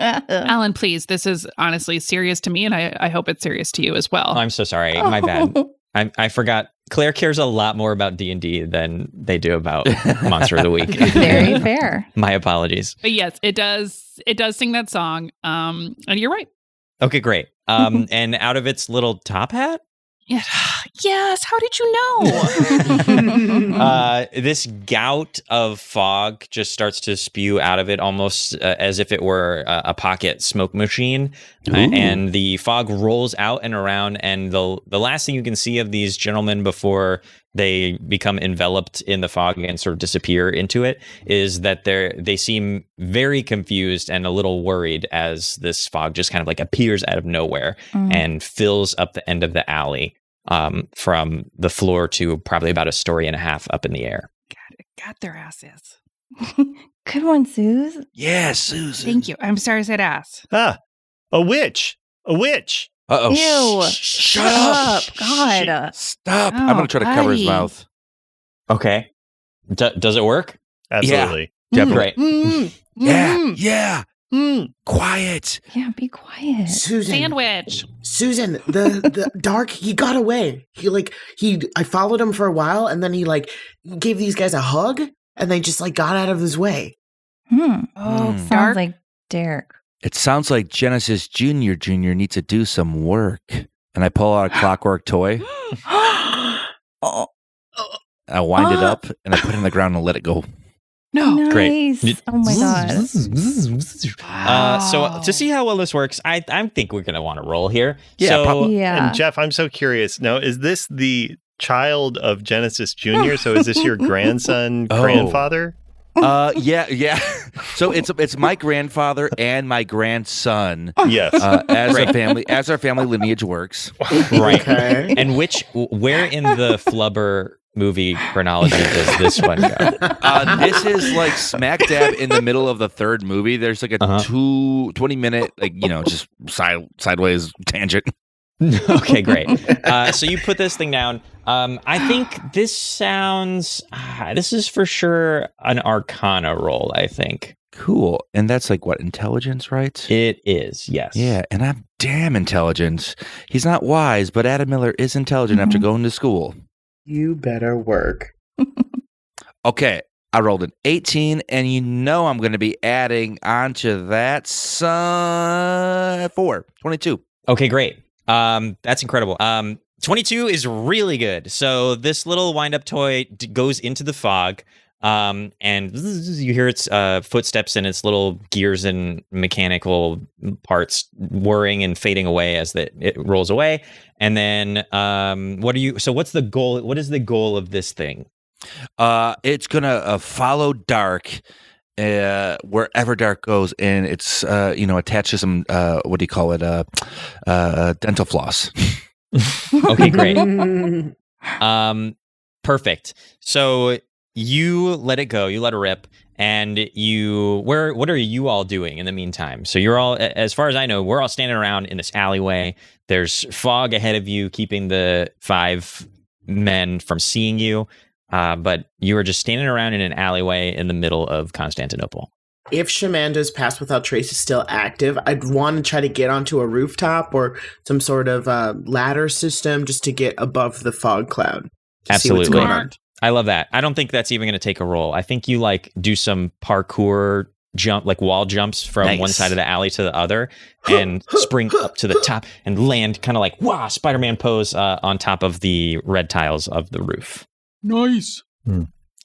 S6: Alan, please, this is honestly serious to me, and I, I hope it's serious to you as well.
S5: Oh.
S3: I'm so sorry. My bad. I, I forgot. Claire cares a lot more about D&D than they do about Monster of the Week.
S5: Very fair.
S3: my apologies.
S6: but yes, it does it does sing that song. Um, and you're right.
S3: Okay, great. Um, and out of its little top hat,
S6: Yeah. Yes, how did you know?
S5: Mm-hmm.
S3: uh, this gout of fog just starts to spew out of it almost uh, as if it were uh, a pocket smoke machine. Uh, and the fog rolls out and around and the the last thing you can see of these gentlemen before they become enveloped in the fog and sort of disappear into it is that they're they seem very confused and a little worried as this fog just kind of like appears out of nowhere
S2: Mm-hmm.
S5: Mm.
S3: and fills up the end of the alley um, from the floor to probably about a story and a half up in the air
S6: God, it got their asses.
S5: Good one, Suze.
S2: Yeah, Susan.
S6: Thank you. I'm sorry I said ass.
S1: Ah, a witch. A witch.
S2: Uh
S5: Ew.
S2: oh. Shut up.
S5: Shut up. God.
S2: Shh. Stop. I'm
S6: Oh,
S2: going to try to cover his
S6: buddy.
S2: mouth.
S3: okay D- does it work
S1: Absolutely.
S3: Hmm.
S2: Definitely.
S3: great
S2: Yeah. Yeah.
S1: Mm.
S2: Quiet.
S5: Yeah, be quiet.
S4: Susan.
S6: Sandwich.
S4: Susan, the the dark, he got away. He like he I followed him for a while and then he like gave these guys a hug and they just like got out of his way.
S5: Hmm.
S2: Oh,
S5: Sounds
S6: dark.
S5: like Derek.
S2: It sounds like Genesis Junior Junior needs to do some work. And I pull out a clockwork toy.
S4: oh,
S2: I wind it
S5: Ah.
S3: Oh,
S2: up and I put it in the ground and let it go.
S6: No.
S3: Great.
S5: Nice. Oh my god.
S3: Uh, so to see how well this works, I, I think we're gonna want to roll here.
S2: Yeah,
S3: so,
S2: probably.
S5: Yeah.
S1: And Jeff, I'm so curious. Now, is this the child of Genesis Jr.? so is this your grandson,
S2: Oh.
S1: grandfather?
S2: Uh, yeah, yeah. So it's it's my grandfather and my grandson
S1: Yes.
S2: uh, as a family as our family lineage works.
S3: right.
S4: Okay.
S3: And which, where in the Flubber movie chronology does this one go?
S2: Uh, this is like smack dab in the middle of the third movie. There's like a
S3: Uh-huh.
S2: two, 20 minute like you know just side, sideways tangent.
S3: okay, great. Uh, so you put this thing down. Um, I think this sounds. ah, this is for sure an Arcana roll. I think
S2: Cool, and that's like what intelligence, right?
S3: it is. Yes.
S2: Yeah, and I'm damn intelligent. He's not wise, but Adam Miller is intelligent after
S5: Mhm.
S2: going to school.
S4: You better work.
S2: Okay, I rolled an 18, and you know I'm going to be adding onto that son four, 22.
S3: Okay, great. Um, that's incredible. Um, 22 is really good. So this little wind-up toy d- goes into the fog, um, and zzz, you hear its uh, footsteps and its little gears and mechanical parts whirring and fading away as that it rolls away. And then, um, what are you? So what's the goal? What is the goal of this thing?
S2: Uh, it's going to uh, follow Dark uh, wherever Dark goes, and it's, uh, you know, attached to some, uh, what do you call it, uh, uh, dental floss.
S3: Okay, great.
S4: Mm.
S3: Um, perfect. So you let it go. You let it rip, and you where? What are you all doing in the meantime? So you're all, a- as far as I know, we're all standing around in this alleyway. There's fog ahead of you, keeping the five men from seeing you. Uh, but you are just standing around in an alleyway in the middle of Constantinople.
S4: if Shamanda's Pass Without Trace is still active, I'd want to try to get onto a rooftop or some sort of uh, ladder system just to get above the fog cloud. to see what's
S3: Absolutely.
S4: going on.
S3: I love that. I don't think that's even going to take a roll. I think you like do some parkour jump, like wall jumps from
S2: Nice.
S3: one side of the alley to the other, and spring up to the top and land kind of like wow, Spider-Man pose uh, on top of the red tiles of the roof.
S6: Nice.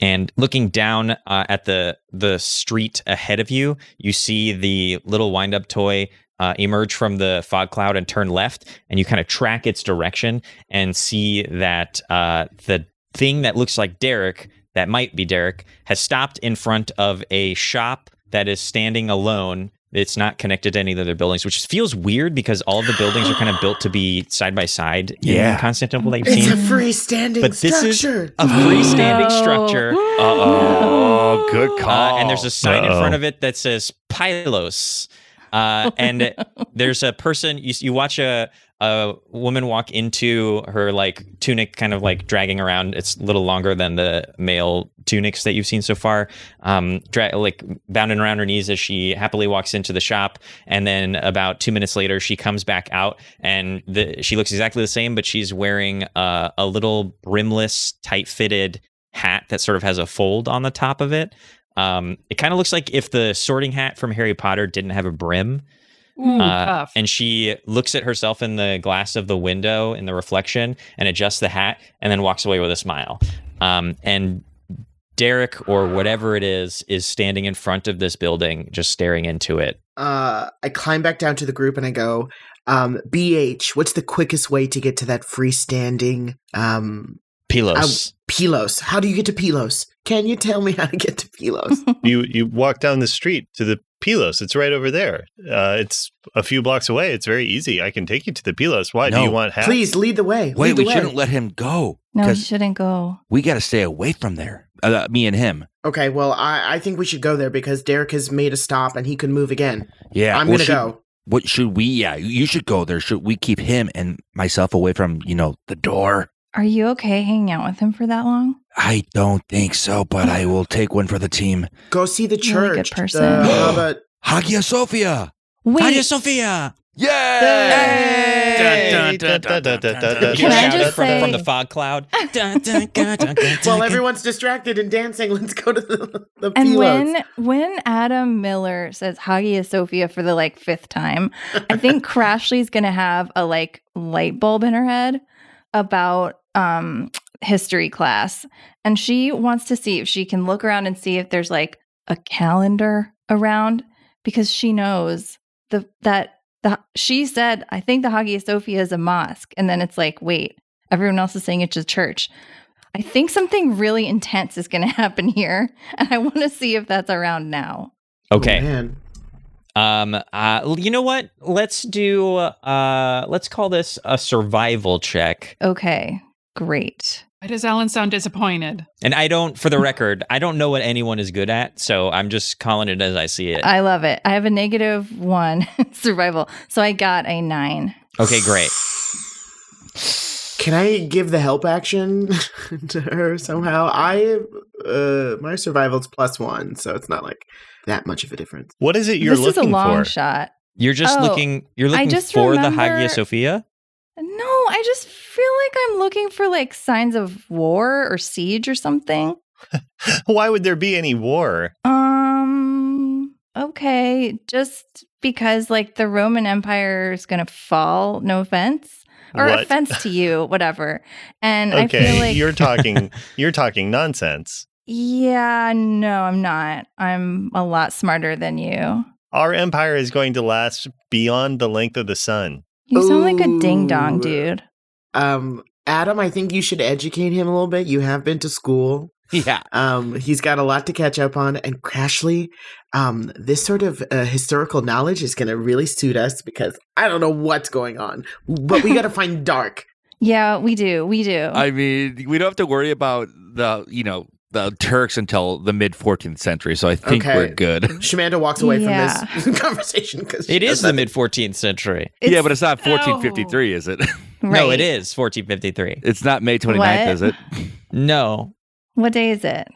S3: And looking down uh, at the the street ahead of you, you see the little wind-up toy uh, emerge from the fog cloud and turn left, and you kind of track its direction and see that uh, the thing that looks like Derek, that might be Derek, has stopped in front of a shop that is standing alone. It's not connected to any of the other buildings, which feels weird because all of the buildings are kind of built to be side by side
S2: Yeah.
S3: in Constantinople that you've
S4: It's
S3: seen.
S4: a freestanding
S3: But this is-
S4: structure.
S3: A freestanding
S5: No.
S3: structure.
S4: Oh,
S2: Uh-oh, good
S3: Uh, and there's a sign in
S1: Uh-oh.
S3: front of it that says Pylos. Uh, and there's a person you, you watch a a woman walk into her like tunic, kind of like dragging around. It's a little longer than the male tunics that you've seen so far. Um, dra- like bounding around her knees as she happily walks into the shop, and then about two minutes later, she comes back out, and the, she looks exactly the same, but she's wearing uh, a little brimless, tight-fitted hat that sort of has a fold on the top of it. Um, it kind of looks like if the sorting hat from Harry Potter didn't have a brim.
S6: Ooh,
S3: Uh,
S6: Hmm, tough.
S3: And she looks at herself in the glass of the window in the reflection and adjusts the hat and then walks away with a smile. Um, and Derek, or whatever it is, is standing in front of this building, just staring into it.
S4: uh, I climb back down to the group and I go, um, BH, what's the quickest way to get to that freestanding um,
S3: Pilos.
S4: Pelos? How do you get to Pelos? Can you tell me how to get to Pelos?
S1: you you walk down the street to the Pilos. It's right over there. Uh, it's a few blocks away. It's very easy. I can take you to the Pilos. Why do
S2: No.
S1: you want half?
S4: Please lead the way.
S2: Wait,
S4: lead the
S2: we
S4: way.
S2: shouldn't let him go
S5: No, you
S2: because
S5: shouldn't go.
S2: we got to stay away from there, uh, me and him.
S4: Okay, well, I, I think we should go there because Derek has made a stop and he can move again.
S2: Yeah,
S4: I'm
S2: well,
S4: gonna
S2: should-
S4: go.
S2: What should we? Yeah, you should go there. Should we keep him and myself away from you know the door?
S5: Are you okay hanging out with him for that long?
S2: I don't think so, but I will take one for the team.
S4: Go see the
S5: Really good
S4: church.
S5: person.
S4: the- how about-
S2: Hagia Sophia.
S5: Wait,
S3: Sophia!
S2: Yay!
S1: Dun, dun, dun, dun, dun, dun, dun.
S5: Can I just
S3: from,
S5: say-
S3: from the fog cloud?
S4: well, everyone's distracted and dancing. Let's go to the, the
S5: and
S4: Pelos.
S5: when when Adam Miller says Hagia Sophia for the like fifth time, I think Crashly's gonna have a like light bulb in her head about um history class and she wants to see if she can look around and see if there's like a calendar around because she knows the that the she said I think the Hagia Sophia is a mosque and then it's like wait everyone else is saying it's a church. I think something really intense is going to happen here and I want to see if that's around now.
S4: Oh,
S3: Okay.
S4: man.
S3: Um. Uh. You know what? Let's do. Uh. Let's call this a survival check.
S5: Okay. Great.
S6: Why does Alan sound disappointed?
S3: And I don't, for the record, I don't know what anyone is good at, so I'm just calling it as I see it.
S5: I love it. I have a negative 1 survival. So I got a 9.
S3: Okay, great.
S4: Can I give the help action to her somehow? I uh my survival's plus one, so it's not like that much of a difference.
S1: What is it you're
S5: this
S1: looking
S5: is a long
S1: for?
S5: shot.
S3: You're just
S5: Oh,
S3: looking. You're looking
S5: just
S3: for the
S5: remember-
S3: Hagia Sophia.
S5: No, I just feel like I'm looking for like signs of war or siege or something.
S1: Why would there be any war?
S5: Um, okay, just because like the Roman Empire is going to fall, no offense. Or
S1: What?
S5: offense to you, whatever. And I
S1: Okay,
S5: feel like
S1: you're talking. You're talking nonsense.
S5: Yeah, no, I'm not. I'm a lot smarter than you.
S1: Our empire is going to last beyond the length of the sun.
S5: You sound like a ding dong,
S4: Ooh.
S5: dude.
S4: Um Adam, I think you should educate him a little bit. You have been to school.
S2: Yeah.
S4: Um, he's got a lot to catch up on. And Crashly, um, this sort of uh, historical knowledge is going to really suit us because I don't know what's going on, but we got to find Dark.
S5: Yeah, we do. We do.
S2: I mean, we don't have to worry about the, you know, the Turks until the mid 14th century. So I think
S4: Okay.
S2: we're good.
S4: Shemanda walks away
S5: Yeah.
S4: from this conversation because
S3: It is the mid 14th century.
S2: yeah, but it's not 1453, is it?
S3: No, it
S5: Right.
S3: is 1453.
S2: It's not May 29th,
S5: What?
S2: is it?
S3: No,
S5: What day is it?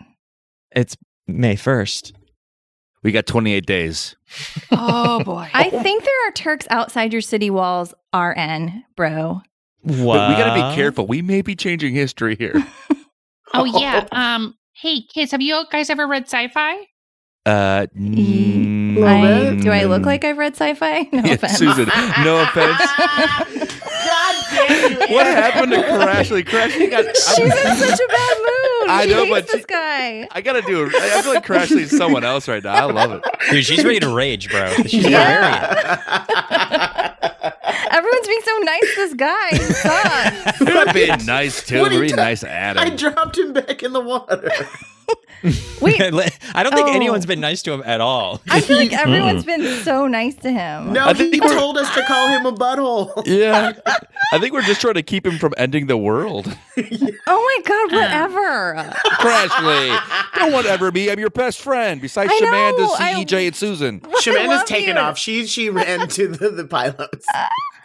S3: it's May 1st.
S2: We got 28 days.
S6: Oh boy.
S5: I think there are Turks outside your city walls, RN, bro.
S3: What?
S2: But we got to be careful. We may be changing history here.
S6: oh yeah. Um. Hey kids, have you guys ever read sci-fi?
S2: Uh, mm,
S4: Little
S5: I,
S4: bit.
S5: do I look like I've read sci fi? No
S2: Yeah,
S5: offense.
S2: Susan, oh, no offense.
S4: God damn you!
S2: What
S4: Anna.
S2: happened to Crashly? Crashly got.
S5: She's in such a bad mood.
S2: I
S5: I
S2: know,
S5: know, hates
S2: but
S5: this
S2: she-
S5: guy.
S2: I gotta do. it. I feel like Crashly is someone else right now. I love it.
S3: Dude, she's ready to rage, bro. She's
S5: Yeah.
S4: Yeah.
S5: Everyone's being so nice to this guy. He sucks.
S2: We're being nice too.
S4: What
S2: We're
S4: are you
S2: being
S4: doing?
S2: nice, Adam.
S4: I dropped him back in the water.
S5: Wait,
S3: angry. I don't think
S5: Oh.
S3: anyone's been nice to him at all.
S5: I feel
S2: Mm.
S5: like everyone's been so nice to him.
S4: No,
S2: I
S4: he
S2: think we're-
S4: told us to call him a butthole.
S2: yeah, I think we're just trying to keep him from ending the world.
S5: Oh my
S2: Mm.
S5: god, whatever.
S2: Crashly, don't whatever me. I'm your best friend. Besides
S5: I know,
S2: Shamanda,
S5: I-
S2: CEJ, and Susan.
S5: I
S4: Shamanda's
S5: love
S4: taken
S5: you.
S4: off. She she ran to the, the pilot's.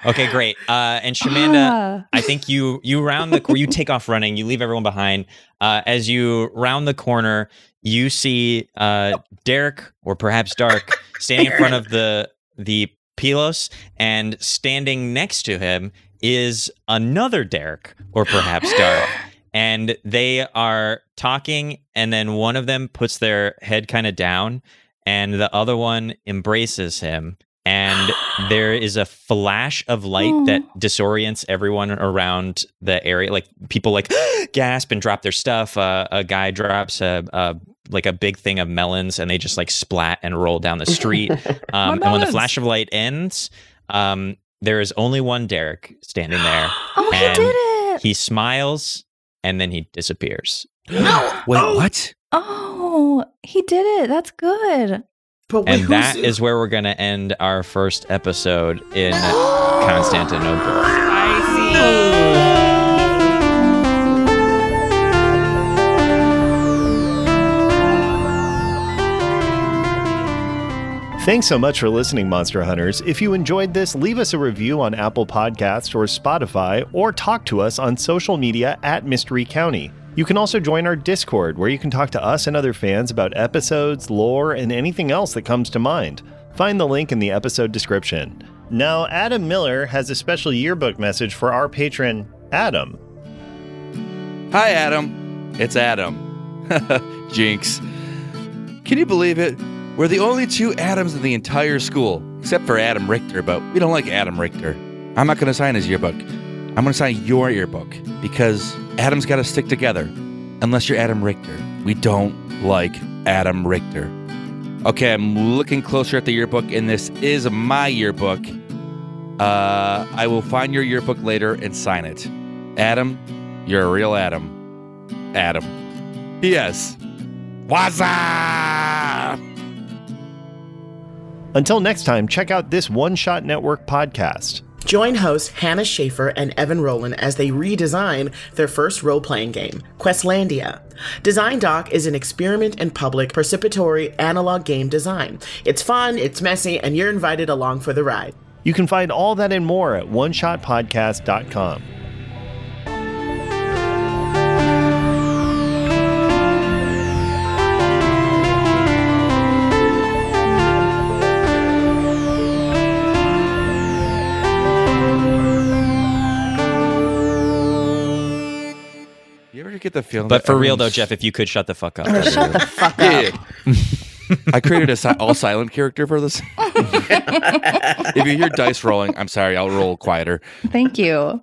S3: Okay, great. Uh, and Shamanda,
S5: Ah.
S3: I think you you round the cor- you take off running, you leave everyone behind. Uh, as you round the corner, you see uh, Derek or perhaps Dark standing in front of the the Pelos, and standing next to him is another Derek or perhaps Dark. And they are talking, and then one of them puts their head kind of down, and the other one embraces him and there is a flash of light
S5: Oh.
S3: that disorients everyone around the area. Like people like gasp and drop their stuff. Uh, a guy drops a, a like a big thing of melons, and they just like splat and roll down the street. Um, and when the
S6: melons.
S3: flash of light ends, um, there is only one Derek standing there.
S5: Oh, he
S3: And
S5: did it.
S3: he smiles and then he disappears.
S4: No.
S2: Wait,
S4: Oh.
S2: what?
S5: Oh, he did it. That's good.
S4: But wait,
S3: And
S4: who's-
S3: that is where we're gonna end our first episode in Constantinople.
S6: I see.
S1: Thanks so much for listening, Monster Hunters. If you enjoyed this, leave us a review on Apple Podcasts or Spotify, or talk to us on social media at Mystery County. You can also join our Discord, where you can talk to us and other fans about episodes, lore, and anything else that comes to mind. Find the link in the episode description. Now, Adam Miller has a special yearbook message for our patron, Adam.
S2: Hi, Adam. It's Adam. Jinx. Can you believe it? We're the only two Adams in the entire school, except for Adam Richter, but we don't like Adam Richter. I'm not going to sign his yearbook. I'm I'm going to sign your yearbook because Adam's got to stick together. Unless you're Adam Richter. We don't like Adam Richter. Okay, I'm looking closer at the yearbook, and this is my yearbook. Uh, I will find your yearbook later and sign it. Adam, you're a real Adam. Adam. Yes. What's up?
S1: Until next time, check out this One Shot Network podcast.
S4: Join hosts Hannah Schaefer and Evan Rowland as they redesign their first role playing game, Questlandia. Design Doc is an experiment in public participatory analog game design. It's fun, it's messy, and you're invited along for the ride.
S1: You can find all that and more at oneshotpodcast.com.
S2: You ever get the feeling?
S3: But
S2: that
S3: for real though,
S2: everyone's-
S3: Jeff, if you could shut the fuck up. that'd be
S5: Shut the fuck up.
S2: Yeah. I created a si- all silent character for this. if you hear dice rolling, I'm sorry, I'll roll quieter.
S5: Thank you.